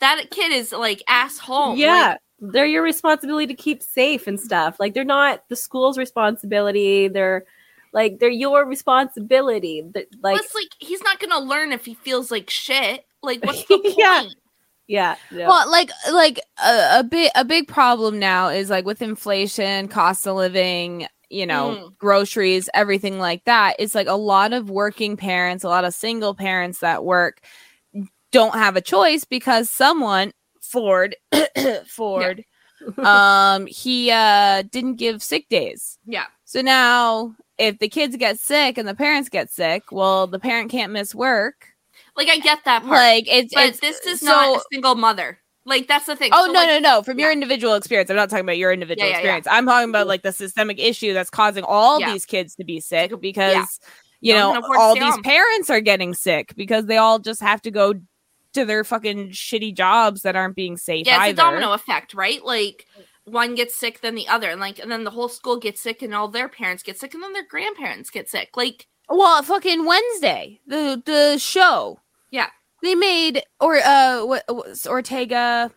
That kid is like asshole. yeah. they're your responsibility to keep safe and stuff. Like, they're not the school's responsibility. They're Like they're your responsibility. Th- Like, Plus, like he's not gonna learn if he feels like shit. Like, what's the point? Yeah. yeah, yeah. Well, like like a, a big a big problem now is like with inflation, cost of living, you Mm-hmm. know, groceries, everything like that. It's like a lot of working parents, a lot of single parents that work don't have a choice because someone Ford Ford um he uh didn't give sick days. Yeah. So now if the kids get sick and the parents get sick, well the parent can't miss work. Like, I get that part. Like it's but it's this is so- not a single mother. Like, that's the thing. Oh So, no, like, no, no! From your yeah. individual experience, I'm not talking about your individual yeah, yeah. experience. I'm talking about like the systemic issue that's causing all Yeah. these kids to be sick because you No one know can afford to all stay these home. parents are getting sick because they all just have to go to their fucking shitty jobs that aren't being safe. Yeah, either. it's a domino effect, right? Like one gets sick, then the other, and like, and then the whole school gets sick, and all their parents get sick, and then their grandparents get sick. Like, Well, fucking Wednesday, the the show. Yeah. they made or uh what was Ortega,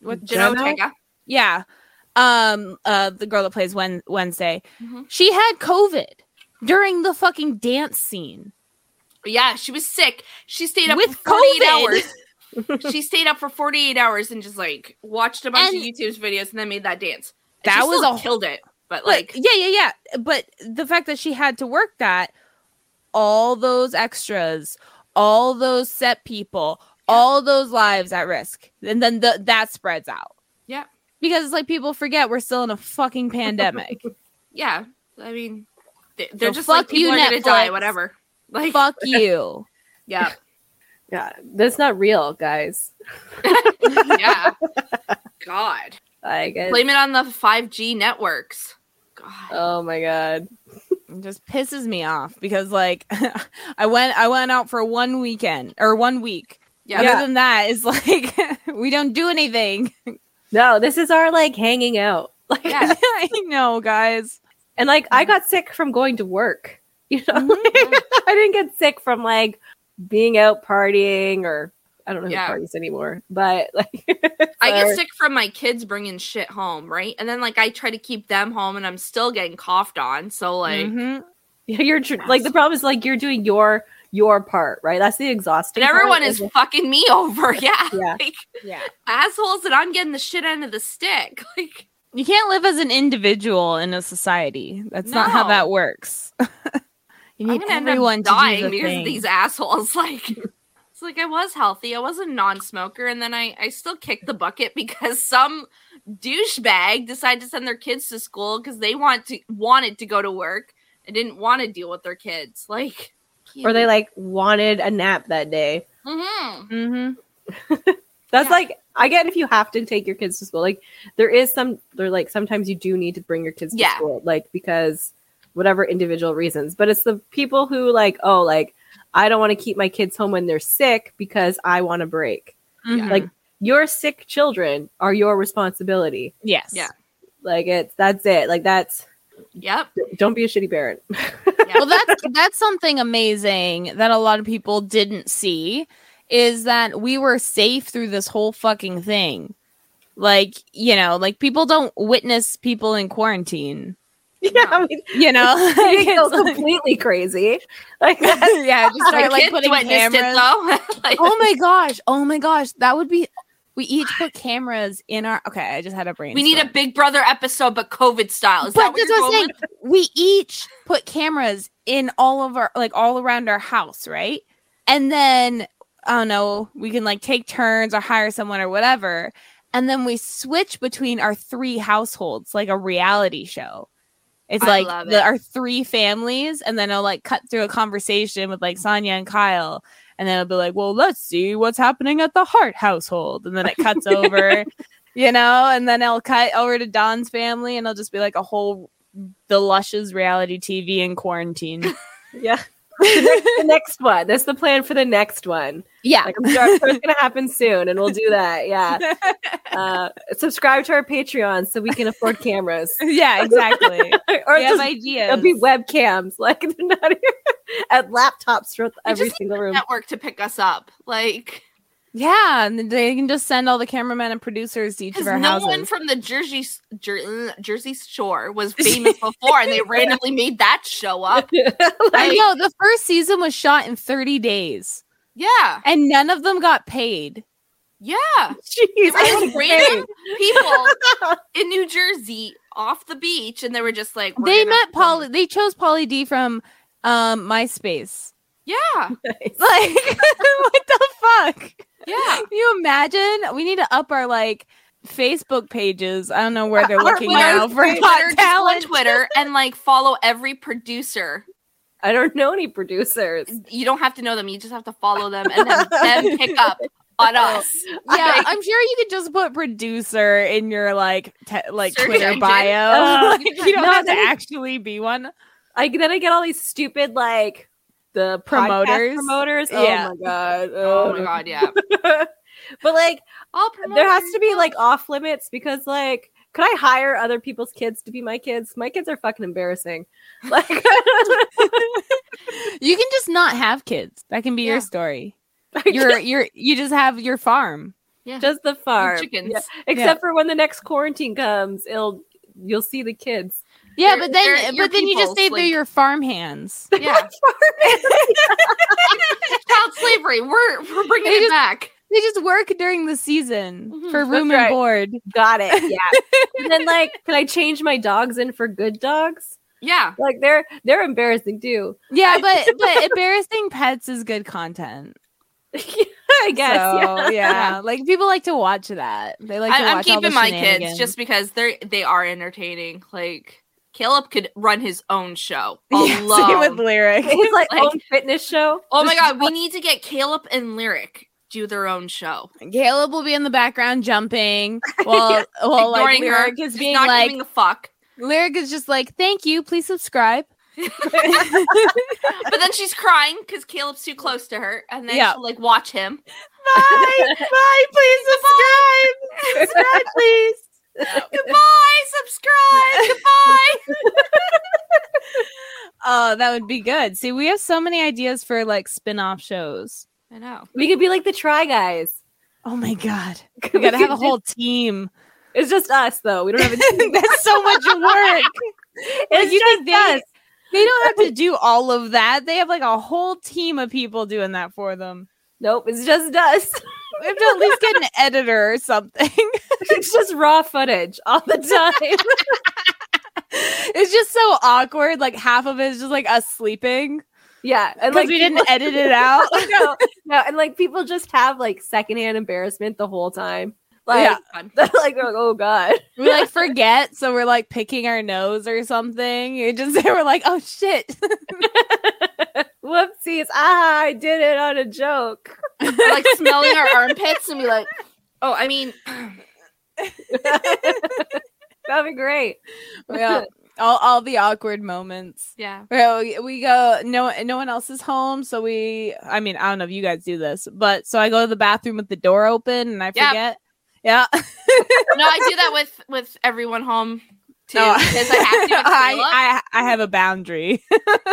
what Jenna Jenna? Ortega. yeah, um, uh, the girl that plays Wen- Wednesday, Mhm. she had COVID during the fucking dance scene. Yeah, she was sick. She stayed up With for 48 COVID. hours. she stayed up for 48 hours and just like watched a bunch And- of YouTube's videos and then made that dance. And That she was still a- killed it. But Like, like, yeah, yeah, yeah. But the fact that she had to work that, all those extras, all those set people, all those lives at risk, and then the, that spreads out yeah, because it's like people forget we're still in a fucking pandemic. yeah. I mean, they- they're So just like fuck you, people are gonna die, Netflix. whatever. Like, Fuck you. yeah, yeah. That's not real, guys. yeah. God, Like, it- blame it on the 5G networks. God. oh my god. It just pisses me off because like I went I went out for one weekend or one week. Yeah. Other than that, it's like we don't do anything. No, this is our like hanging out. Like, Yeah. I know, guys. and like Mm-hmm. I got sick from going to work. You know, I didn't get sick from like being out partying or I don't know who Yeah. parties anymore, but like I so- get sick from my kids bringing shit home, right? And then like I try to keep them home, and I'm still getting coughed on. So like, Mhm. Yeah, you're tr- like the problem is like you're doing your your part, right? That's the exhausting. and part, everyone is like- fucking me over. Yeah, Yeah. like Yeah. assholes, and I'm getting the shit end of the stick. Like, You can't live as an individual in a society. That's not how No. that works. you I'm need gonna end everyone up dying to do the because thing. of these assholes. Like, it's like I was healthy, I was a non-smoker, and then I I still kicked the bucket because some douchebag decided to send their kids to school because they want to wanted to go to work and didn't want to deal with their kids. Like, or they like wanted a nap that day. hmm hmm That's Yeah. like I get if you have to take your kids to school. Like there is some they're like sometimes you do need to bring your kids to Yeah. school, like because whatever individual reasons. But it's the people who like, oh, like I don't want to keep my kids home when they're sick because I want a break. Mm-hmm. Like your sick children are your responsibility. yes. Yeah. Like it's that's it. Like that's Yep. don't be a shitty parent. well that's that's something amazing that a lot of people didn't see is that we were safe through this whole fucking thing like you know like people don't witness people in quarantine yeah, I mean, you know they Like, go it's like- completely crazy. Like that's yeah just My start like kids putting witnessed cameras it though. like, oh my gosh oh my gosh that would be we each put cameras in our okay i just had a brain we need a Big Brother episode, but COVID style. Is but that what that's you're what I'm going saying. We each put cameras in all of our like all around our house, right? And then I don't know, we can like take turns or hire someone or whatever. And then we switch between our three households, like a reality show. It's I like love the, it. our three families, and then I'll like cut through a conversation with like Sonia and Kyle, and then it'll be like, "Well, let's see what's happening at the Hart household," and then it cuts over you know, and then I'll cut over to Don's family and I'll just be like a whole the Lush's reality TV in quarantine. yeah. The next, the next one. That's the plan for the next one. yeah. Like I'm sure, I'm sure it's gonna happen soon, and we'll do that. Yeah. Uh, subscribe to our Patreon so we can afford cameras, Yeah, exactly. or we have just, it'll ideas. be webcams. Like they're not even- at laptops throughout We every just single to room. network to pick us up? Like, Yeah, and they can just send all the cameramen and producers to each Because of no our houses. one from the Jersey S- Jer- uh, Jersey Shore was famous before, and they randomly made that show up. I know the first season was shot in 30 days, Yeah, and none of them got paid. yeah. Jeez, I I just random people in New Jersey off the beach, and they were just like, we're they gonna met film Polly. They chose Polly D from um, MySpace. Yeah, Like, what the fuck? yeah. Can you imagine? We need to up our like Facebook pages. I don't know where they're Our looking now for Twitter, hot just go on talent. Twitter and like follow every producer. I don't know any producers. You don't have to know them; you just have to follow them, and then them pick up on Oh. us. Yeah, I'm sure you could just put producer in your like te- like Search Twitter engine. bio. Uh, Like, you don't no, have to that is- actually be one. I then I get all these stupid like the podcast Promoters? promoters. Yeah. Oh my god. Oh my god, yeah. god. but like, I'll there has to be like off limits because like. Could I hire other people's kids to be my kids? My kids are fucking embarrassing. Like, You can just not have kids. That can be Yeah. your story. You're you're you just have your farm. just the farm. chickens. Yeah. Except for when the next quarantine comes, it'll you'll see the kids. Yeah, They're- but they're then your but then you just peoples, say they're like- your farm hands. yeah. child slavery. We're we're bringing They it just- back. They just work during the season Mhm, for room and that's right. board. Got it. Yeah. and then like, can I change my dogs in for good dogs? Yeah. Like they're they're embarrassing too. Yeah, but but embarrassing pets is good content. I guess. yeah. So, yeah. like people like to watch that. They like. To I, am watch all the keeping my kids shenanigans. just because they're they are entertaining. Like Caleb could run his own show alone. same with lyric. His like, Like- own fitness show. oh my god, we need to get Caleb and Lyric do their own show. Caleb will be in the background jumping while while Oh, like Ignoring her, lyric is just being not like giving a fuck. lyric is just like thank you, please subscribe. But then she's crying because Caleb's too close to her, and then Yeah. she'll like watch him. Bye, bye, please subscribe. subscribe, please. Goodbye, subscribe. Goodbye. Oh, that would be good. See, we have so many ideas for like spin-off shows. I know. We could be like the Try Guys. Oh my god. We We gotta have could a whole team. It's just us though. We don't have a team. That's so much work. it's you just think they- us. They don't have to do all of that. They have like a whole team of people doing that for them. Nope, it's just us. We have to at least get an editor or something. it's just raw footage all the time. it's just so awkward. Like half of it is just like us sleeping yeah. And because we didn't edit it out. no, no, and like people just have like secondhand embarrassment the whole time. Like, Yeah. Fun. they're like, they're like, oh god, We like forget, so we're like picking our nose or something. It just they were like, oh shit. whoopsies! Ah, I did it on a joke. We're, like smelling our armpits and be like, oh, I mean, That'd be great. yeah. All all the awkward moments. yeah. Well, we- we go no no one else is home, so we I mean, I don't know if you guys do this, but so I go to the bathroom with the door open and I Yep. forget. Yeah. No, I do that with with everyone home too No. because I have to. With Caleb. I, I I have a boundary.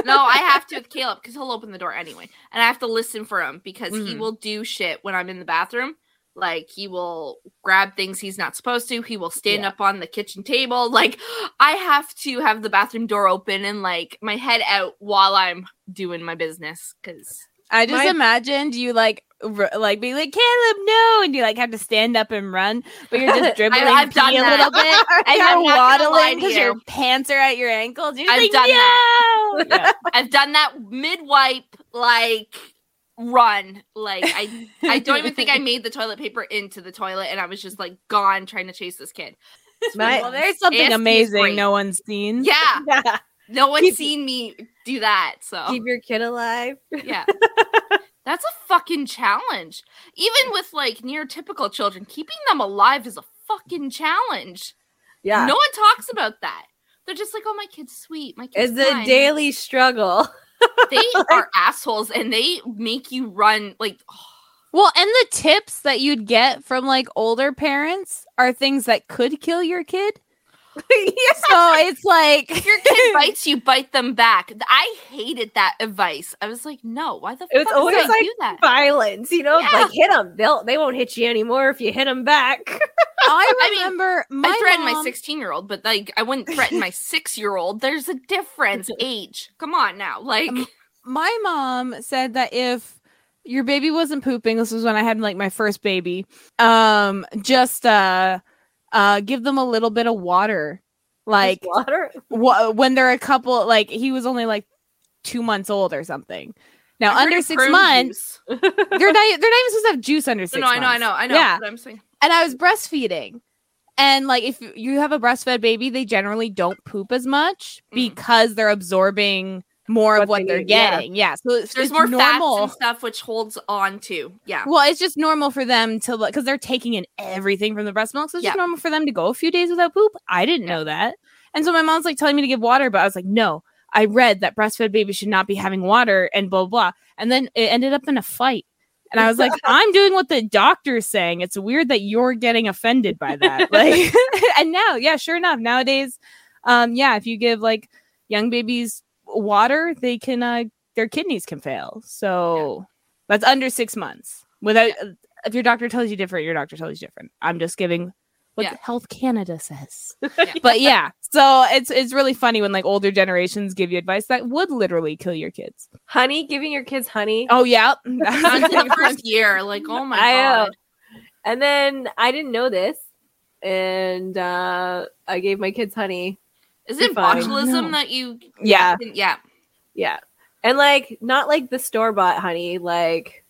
no, I have to with Caleb because he'll open the door anyway, and I have to listen for him because he Mhm. will do shit when I'm in the bathroom. Like he will grab things he's not supposed to. He will stand Yeah. up on the kitchen table. Like I have to have the bathroom door open and like my head out while I'm doing my business because I just My- imagined you like r- like being like Caleb, no, and you like have to stand up and run, but you're just dribbling I've pee done a that. little bit, and I'm you're not gonna lie waddling to because you. your pants are at your ankles. You're just I've like, done no! that. Yeah. I've done that mid wipe like run like i i don't even think i made the toilet paper into the toilet and i was just like gone trying to chase this kid My- well, there's something Ass amazing great. no one's seen. yeah Yeah. no one's Keep- seen me do that. So Keep your kid alive. yeah. That's a fucking challenge. Even with like near typical children, keeping them alive is a fucking challenge. Yeah, No one talks about that. They're just like, oh my kid's sweet. My kid's it's a fine." daily struggle. They are assholes and they make you run like Well, and the tips that you'd get from like older parents are things that could kill your kid. yes, So so it's like If your kid bites you, bite them back. Th- I hated that advice. I was like, no, why the It was fuck always would I like do that? violence, you know, Yeah. like hit them. They'll they won't hit you anymore if you hit them back. I I mean, remember my I threatened my mom- 16 year old, but like, I wouldn't threaten my six year old. There's a difference. Age. Come on now. Like, Um, my mom said that if your baby wasn't pooping this was when i had like my first baby um just uh uh give them a little bit of water like water. wh- when they're a couple like he was only like two months old or something now I heard under of six prune months juice. they're not they're not even supposed to have juice under six No, no, I know, I months. know, I know. yeah But I'm saying, and I was breastfeeding. And like if you have a breastfed baby, they generally don't poop as much Mm. because they're absorbing more What of what they they are need, yeah. getting. Yeah. So it's, there's it's more normal. fats and stuff which holds on to. Yeah. Well, it's just normal for them to because they're taking in everything from the breast milk. So it's just Yeah. normal for them to go a few days without poop. I didn't know that. And so my mom's like telling me to give water, but I was like, no, I read that breastfed babies should not be having water and blah, blah. And then it ended up in a fight. And I was like, I'm doing what the doctor's saying. It's weird that you're getting offended by that. Like, and now, yeah, sure enough, nowadays, um, yeah, if you give like young babies water, they can, uh, their kidneys can fail. So that's under six months without if your doctor tells you different your doctor tells you different i'm just giving what Yeah. health canada says but yeah so it's it's really funny when like older generations give you advice that would literally kill your kids Honey, giving your kids honey. oh yeah Not in the first year. Like, oh my I, uh, God. And then I didn't know this, and uh, I gave my kids honey. Is it fine. botulism No. that you. yeah Yeah. Yeah, and like not like the store bought honey, like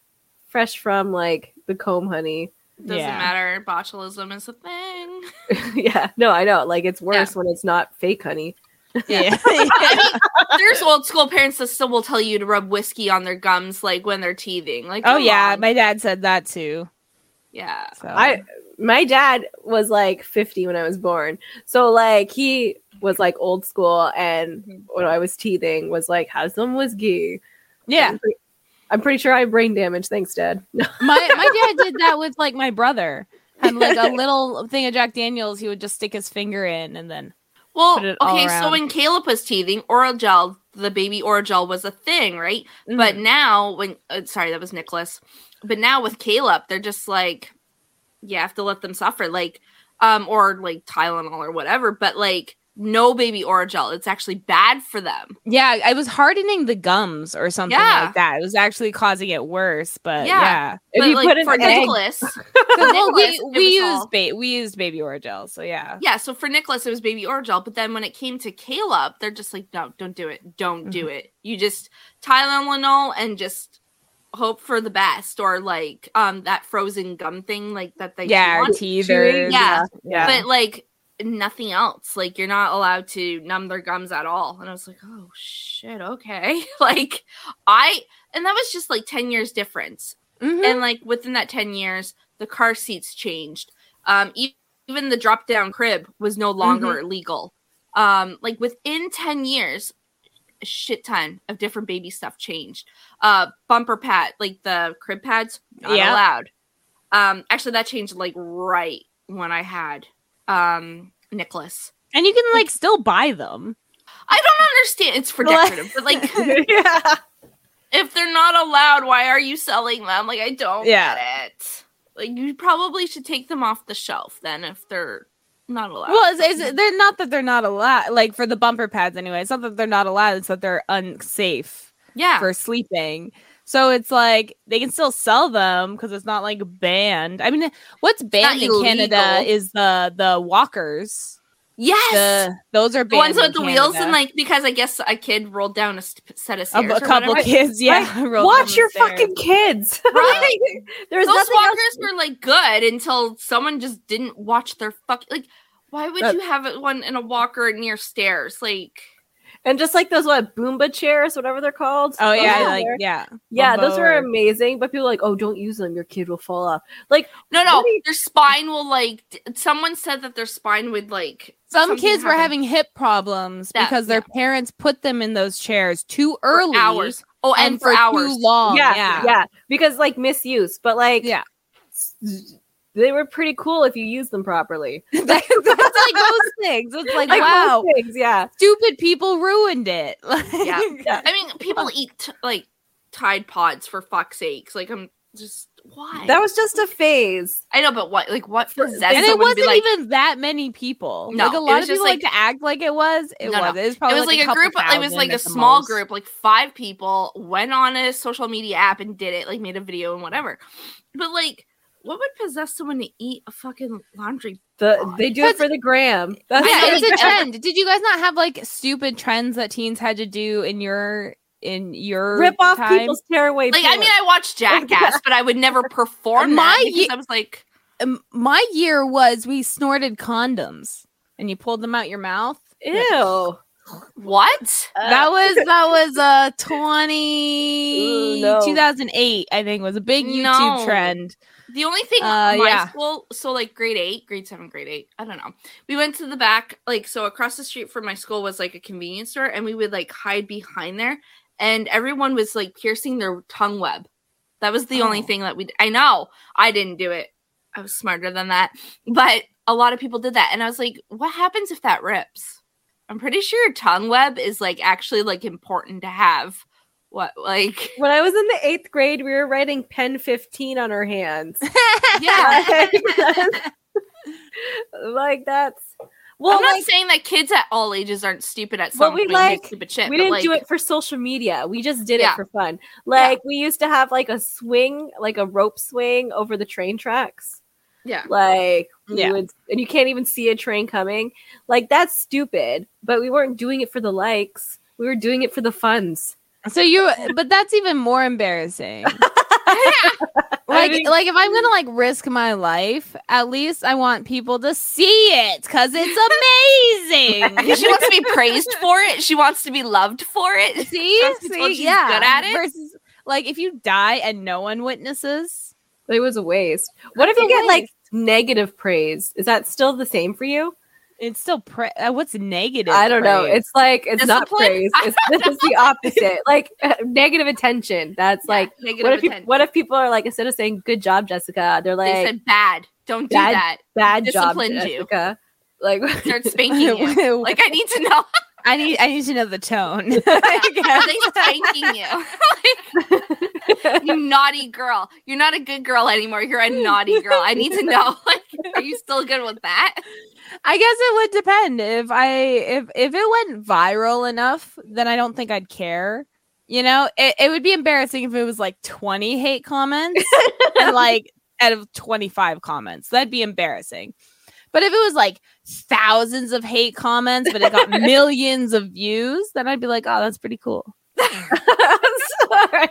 fresh from like the comb honey. Doesn't Yeah. matter. Botulism is a thing. yeah, no, I know. Like it's worse when it's not fake honey. yeah There's old school parents that still will tell you to rub whiskey on their gums, like when they're teething. Like, oh come yeah on. my dad said that too yeah. so I my dad was like 50 when I was born. So like he was like old school and Mm-hmm. when I was teething was like has some whiskey. yeah I'm pretty, I'm pretty sure I have brain damage. Thanks, Dad. my my dad did that with like my brother had like a little thing of jack daniels he would just stick his finger in and then Well, Put it all okay, so around. when Caleb was teething, oral gel, the baby oral gel was a thing, right? Mm-hmm. But now, when uh, sorry, that was Nicholas. But now with Caleb, they're just like, you have to let them suffer, like, um, or like Tylenol or whatever. But like, no baby oral gel, it's actually bad for them. Yeah, I was hardening the gums or something Yeah. like that. It was actually causing it worse, but Yeah. yeah. If but you like put an for egg- Nicholas, 'Cause, well, Nicholas, we it we was use all- ba- we use baby oil gel, so yeah. yeah. So for Nicholas, it was baby oral gel. But then when it came to Caleb, they're just like, no, don't do it, don't do it. You just Tylenol and just hope for the best, or like um that frozen gum thing, like that they Yeah, our want. teethers. Yeah, Yeah. but like nothing else. Like you're not allowed to numb their gums at all. And I was like, oh shit, okay. like I and that was just like 10 years difference. Mhm. And like within that 10 years, the car seats changed. Um e- even the drop down crib was no longer Mm-hmm. illegal. Um like within 10 years, a shit ton of different baby stuff changed. Uh bumper pad, like the crib pads not Yeah. allowed. Um actually that changed like right when I had um Nicholas. And you can like still buy them. I don't understand. It's for What? decorative, but like yeah. if they're not allowed, why are you selling them? Like I don't Yeah. get it. Like you probably should take them off the shelf then if they're not allowed. Well, it's, it's, they're not that they're not allowed like for the bumper pads anyway. It's not that they're not allowed, it's that they're unsafe yeah. for sleeping. So it's like they can still sell them because it's not like banned. I mean, what's banned in Canada illegal. is the the walkers. yes. The, those are The banned ones with in the wheels Canada. and like because I guess a kid rolled down a st- set of a, stairs. a or couple whatever. kids. Yeah, rolled Watch down your the stairs. fucking kids. Right. There's Those nothing walkers else- were like good until someone just didn't watch their fuck. Like, why would That- you have it- one in a walker near stairs? Like, And just like those what Boomba chairs, whatever they're called. Oh Those yeah, were- like yeah, yeah, those Boomba were or- amazing. But people are like, oh, don't use them. Your kid will fall off. Like no, no, What do you- their spine will like. d- Someone said that their spine would like. Some something kids were happened having hip problems That- because their parents put them in those chairs too early for hours. Oh, and, for, too hours. long. yeah, Oh, Yeah, yeah, because like misuse, but like Yeah. s- they were pretty cool if you used them properly. That's like those things. It's like, Like wow, those things, yeah. stupid people ruined it. Like, Yeah. I mean, people eat t- like Tide Pods for fuck's sakes. Like, I'm just why? That was just a phase. I know, but what? Like, what For- possessed and it someone to be wasn't like? even that many people. No, like a it lot was of just people like, like- to act like it was. It No, no. wasn't. It was it probably was like, a, couple group. It was thousand like a at the small most. group, like five people went on a social media app and did it, like made a video and whatever. But like, what would possess someone to eat a fucking laundry? The they do it for the gram. That's yeah, Yeah, it was yeah. a trend. Did you guys not have like stupid trends that teens had to do in your in your rip off time? people's tearaway. Like, I mean, I watched Oh Jackass, but I would never perform My that because ye- I was like, Um, My year was we snorted condoms and you pulled them out your mouth. ew. what? Uh. that was that was uh 20 Ooh, no. 2008 I think was a big YouTube No. trend. The only thing Uh, my yeah. school, so like grade eight, grade seven, grade eight, I don't know. We went to the back, like so across the street from my school was like a convenience store, and we would like hide behind there, and everyone was like piercing their tongue web. That was the Oh. only thing that we. I know I didn't do it. I was smarter than that, but a lot of people did that, and I was like, what happens if that rips? I'm pretty sure your tongue web is like actually like important to have. What like When I was in the eighth grade, we were writing pen fifteen on our hands. yeah. like that's well, I'm not like, saying that kids at all ages aren't stupid at But some we point. like- Like, stupid shit. we but, didn't do like, it for social media. We just did Yeah. it for fun. Like we used to have like a swing, like a rope swing over the train tracks. Yeah. Like we Yeah. would, and you can't even see a train coming. Like that's stupid. But we weren't doing it for the likes. We were doing it for the funds. So you but that's even more embarrassing. like mean- like if I'm gonna like risk my life, at least I want people to see it because it's amazing. she wants to be praised for it. She wants to be loved for it. see, Trust me, told see, she's yeah, good at it. Versus, like if you die and no one witnesses, It was a waste. What if That's you a get like negative praise? Is that still the same for you? it's still pre- uh, what's negative. I don't know. praise? It's like it's not Discipline? praise. It's, this is the opposite. Like negative attention. That's like negative what if, peop- attention. what if people are like instead of saying good job jessica they're like they said bad? Don't do Bad- that. bad job disciplined you." jessica like Start spanking you. Like I need to know. I need I need to know the tone. Are they spanking you? Like, you naughty girl. You're not a good girl anymore. You're a naughty girl. I need to know. Like, are you still good with that? I guess it would depend if I if if it went viral enough, then I don't think I'd care. You know, it, it would be embarrassing if it was like 20 hate comments and like out of 25 comments. That'd be embarrassing. But if it was like thousands of hate comments, but it got millions of views, then I'd be like, oh, that's pretty cool. sorry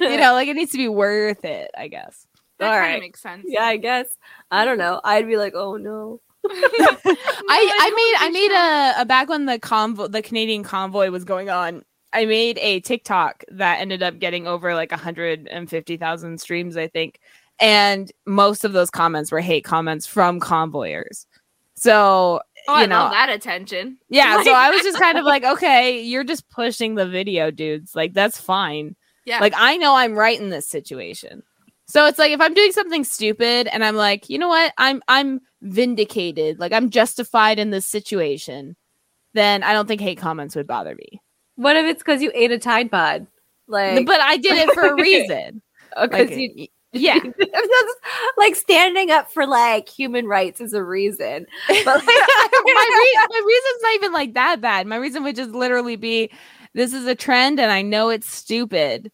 You know, like it needs to be worth it, I guess. That All kinda right. makes sense. yeah i guess i don't know i'd be like oh no I, I made I made a, a back when the convo the Canadian convoy was going on. I made a TikTok that ended up getting over like 150,000 streams, I think. And most of those comments were hate comments from convoyers. So, Oh, I you know, love that attention. yeah, so I was just kind of like, okay, you're just pushing the video, dudes. Like, that's fine. Yeah. Like I know I'm right in this situation. So it's like if I'm doing something stupid and I'm like, you know what? I'm I'm vindicated. Like I'm justified in this situation. Then I don't think hate comments would bother me. what if it's because you ate a tide pod like but I did it for a reason. because Like, you yeah. like standing up for like human rights is a reason but like, my, re- my reason's not even like that bad. My reason would just literally be this is a trend and I know it's stupid.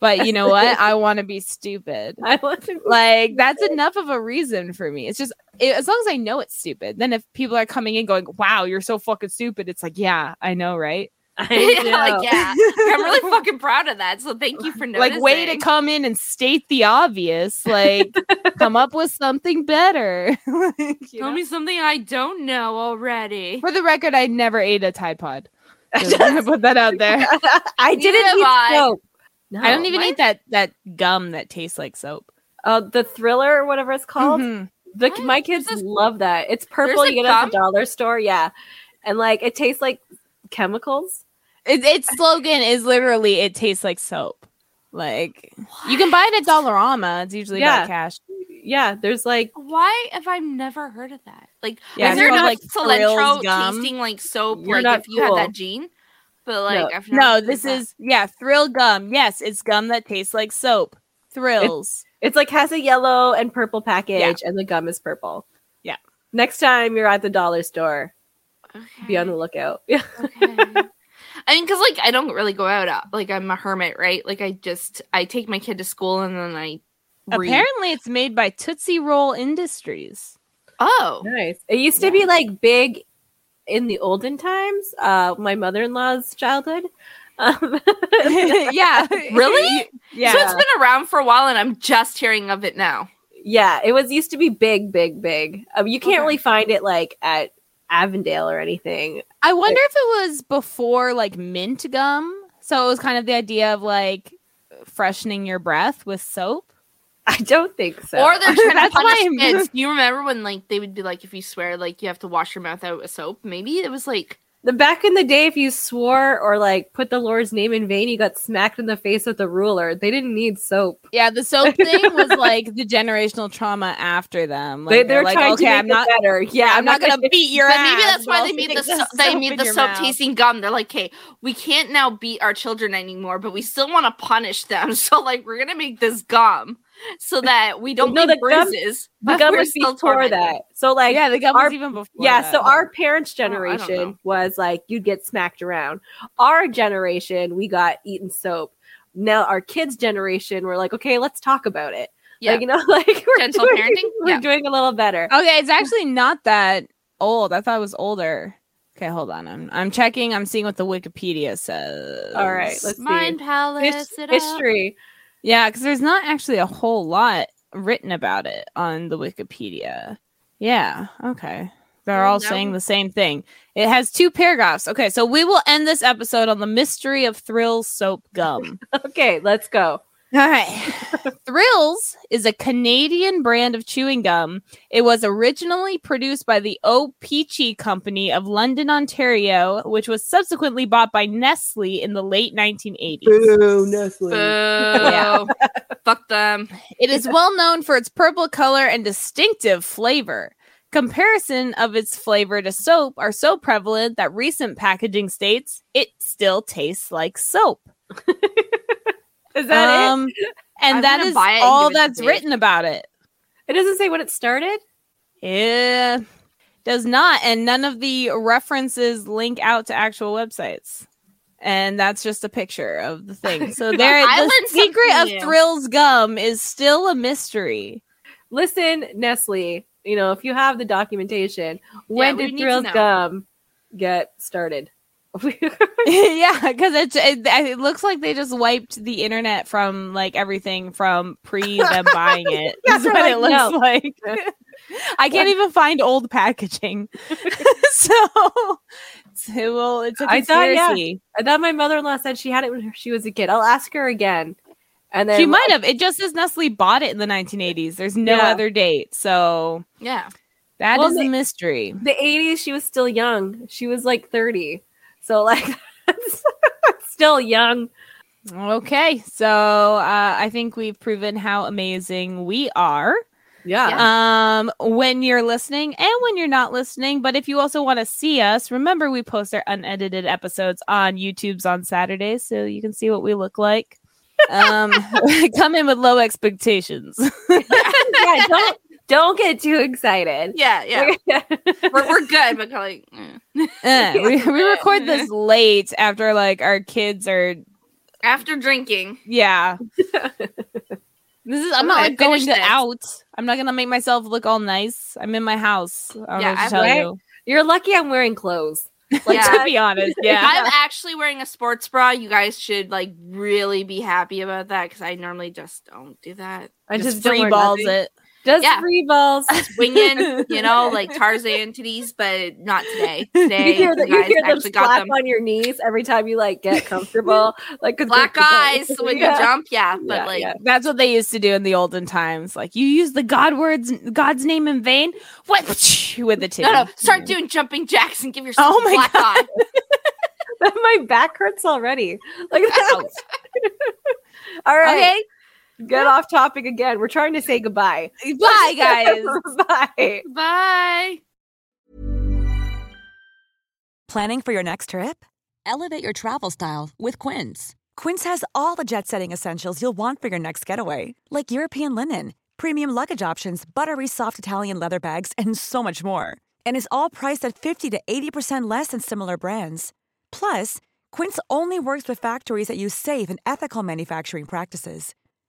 But you know what? I want to be stupid. i want to like that's enough of a reason for me it's just it, as long as i know it's stupid then if people are coming in going wow you're so fucking stupid it's like yeah i know right I yeah, know. like, yeah. I'm really fucking proud of that. So thank you for noticing. like way to come in and state the obvious like come up with something better Like, you Tell know? me something I don't know already. for the record i never ate a tide pod just wanna put that out there I didn't Neither eat have I. soap. No. i don't even what? eat that that gum that tastes like soap Uh, the thriller or whatever it's called. Mhm. The, What? my kids There's this- love that. It's purple. a You get it at the gum? dollar store. Yeah, and like it tastes like chemicals. It, its slogan is literally it tastes like soap Like you can buy it at Dollarama. It's usually Yeah. got cash. Yeah, there's like Why have I never heard of that? Like, Yeah, is it's there called, not like, cilantro Thrill's gum. tasting like soap? You're like, not if you have cool. that gene, but like, I've never No, heard this that. is yeah, thrill gum. Yes, it's gum that tastes like soap. Thrills. It's like has a yellow and purple package, and the gum is purple. Yeah. Next time you're at the dollar store, be on Okay. the lookout. Yeah. Okay. I mean, because like I don't really go out. uh, Like I'm a hermit, right? Like I just I take my kid to school and then I read. Apparently it's made by Tootsie Roll Industries. Oh, Nice. It used to be like big in the olden times. Uh, my mother in law's childhood. Um, yeah. really? Yeah. So it's been around for a while, and I'm just hearing of it now. yeah, it was used to be big, big, big. Um, you can't Okay. really find it like at Avondale or anything. I wonder if it was before like mint gum. So it was kind of the idea of like freshening your breath with soap. I don't think so. Or they're trying to That's punish my- kids. You remember when like they would be like, if you swear, like you have to wash your mouth out with soap. Maybe it was like the back in the day, if you swore or like put the Lord's name in vain, you got smacked in the face with a ruler. They didn't need soap. Yeah, the soap thing was like the generational trauma after them. Like, they, they're, they're, like, trying okay, to make I'm not, it better. Yeah, I'm not gonna beat your But ass. maybe that's why while they made the sticking so- they soap made in the your soap mouth. tasting gum. They're like, hey, we can't now beat our children anymore, but we still want to punish them. So like, we're gonna make this gum so that we don't No, get the gum- bruises. The but gum we're was still before tormented. that. So like yeah, the gum our- was even before. yeah that. so our parents I don't generation know. was like you'd get smacked around our generation we got eaten soap now our kids generation we're like okay let's talk about it Yeah. like you know like we're Gentle doing, parenting? we're Yeah. doing a little better okay, it's actually not that old. I thought it was older. Okay, hold on. I'm I'm checking. I'm seeing what the Wikipedia says. all right let's Mind see palace. His- it up. history Yeah, because there's not actually a whole lot written about it on the Wikipedia. Yeah, okay. They're Well, all now saying we- the same thing. It has two paragraphs. Okay, so we will end this episode on the mystery of Thrills soap gum. okay let's go all right. Thrills is a Canadian brand of chewing gum. It was originally produced by the Opeachy Company of London, Ontario, which was subsequently bought by Nestle in the late 1980s. nestle Boo. Yeah. Fuck them. It is well known for its purple color and distinctive flavor. Comparison of its flavor to soap are so prevalent that recent packaging states it still tastes like soap. is that Um, And I'm that gonna is buy it and all give it to that's Dave. written about it. it it doesn't say when it started Yeah. Does not. And none of the references link out to actual websites. And that's just a picture of the thing. So there I the learned something secret of new. Thrills Gum is still a mystery. listen nestle you know if you have the documentation when we did need to thrills know. gum get started yeah, because it, it it looks like they just wiped the internet from like everything from pre them buying it. That's they're what it like, looks no. like. I can't even find old packaging, so it's- it will. It's a I thought, yeah, conspiracy. I thought my mother in law said she had it when she was a kid. I'll ask her again. And then she might have. It just says Nestle bought it in the 1980s. There's no Yeah. other date, so Yeah. that is Well, a they- mystery. the 80s, she was still young. She was like 30. So, like, that's still young. Okay, so uh, I think we've proven how amazing we are. Yeah. um when you're listening and when you're not listening but if you also want to see us remember we post our unedited episodes on youtube's on saturdays so you can see what we look like um come in with low expectations Uh, yeah. Don't, don't get too excited. Yeah. Yeah. we're, we're good, but like, eh. Eh, we, we record this late after like our kids are after drinking, yeah this is i'm not Okay, like going finish to this. out i'm not gonna make myself look all nice i'm in my house i don't Yeah, know what to I'm tell right. you You're lucky I'm wearing clothes. Like, Yeah. to be honest yeah I'm actually wearing a sports bra. You guys should like really be happy about that because I normally just don't do that. I just, just free balls it Just Yeah. free balls. Winging, you know, like Tarzan titties, but not today. You Today, hear, the, you you guys hear them actually got slap them. on your knees every time you like get comfortable. Like 'cause Black they're- eyes when you Yeah. jump, yeah, but Yeah, like, yeah. That's what they used to do in the olden times. Like you use the God words, God's name in vain. What with the titty? no, no, start doing jumping jacks and give yourself Oh a my black eye. my back hurts already. Like, All right. Okay. Get off topic again. We're trying to say goodbye. Bye, guys. Bye. Bye. Planning for your next trip? Elevate your travel style with Quince. Quince has all the jet setting essentials you'll want for your next getaway, like European linen, premium luggage options, buttery soft Italian leather bags, and so much more. And is all priced at 50 to 80% less than similar brands. Plus, Quince only works with factories that use safe and ethical manufacturing practices.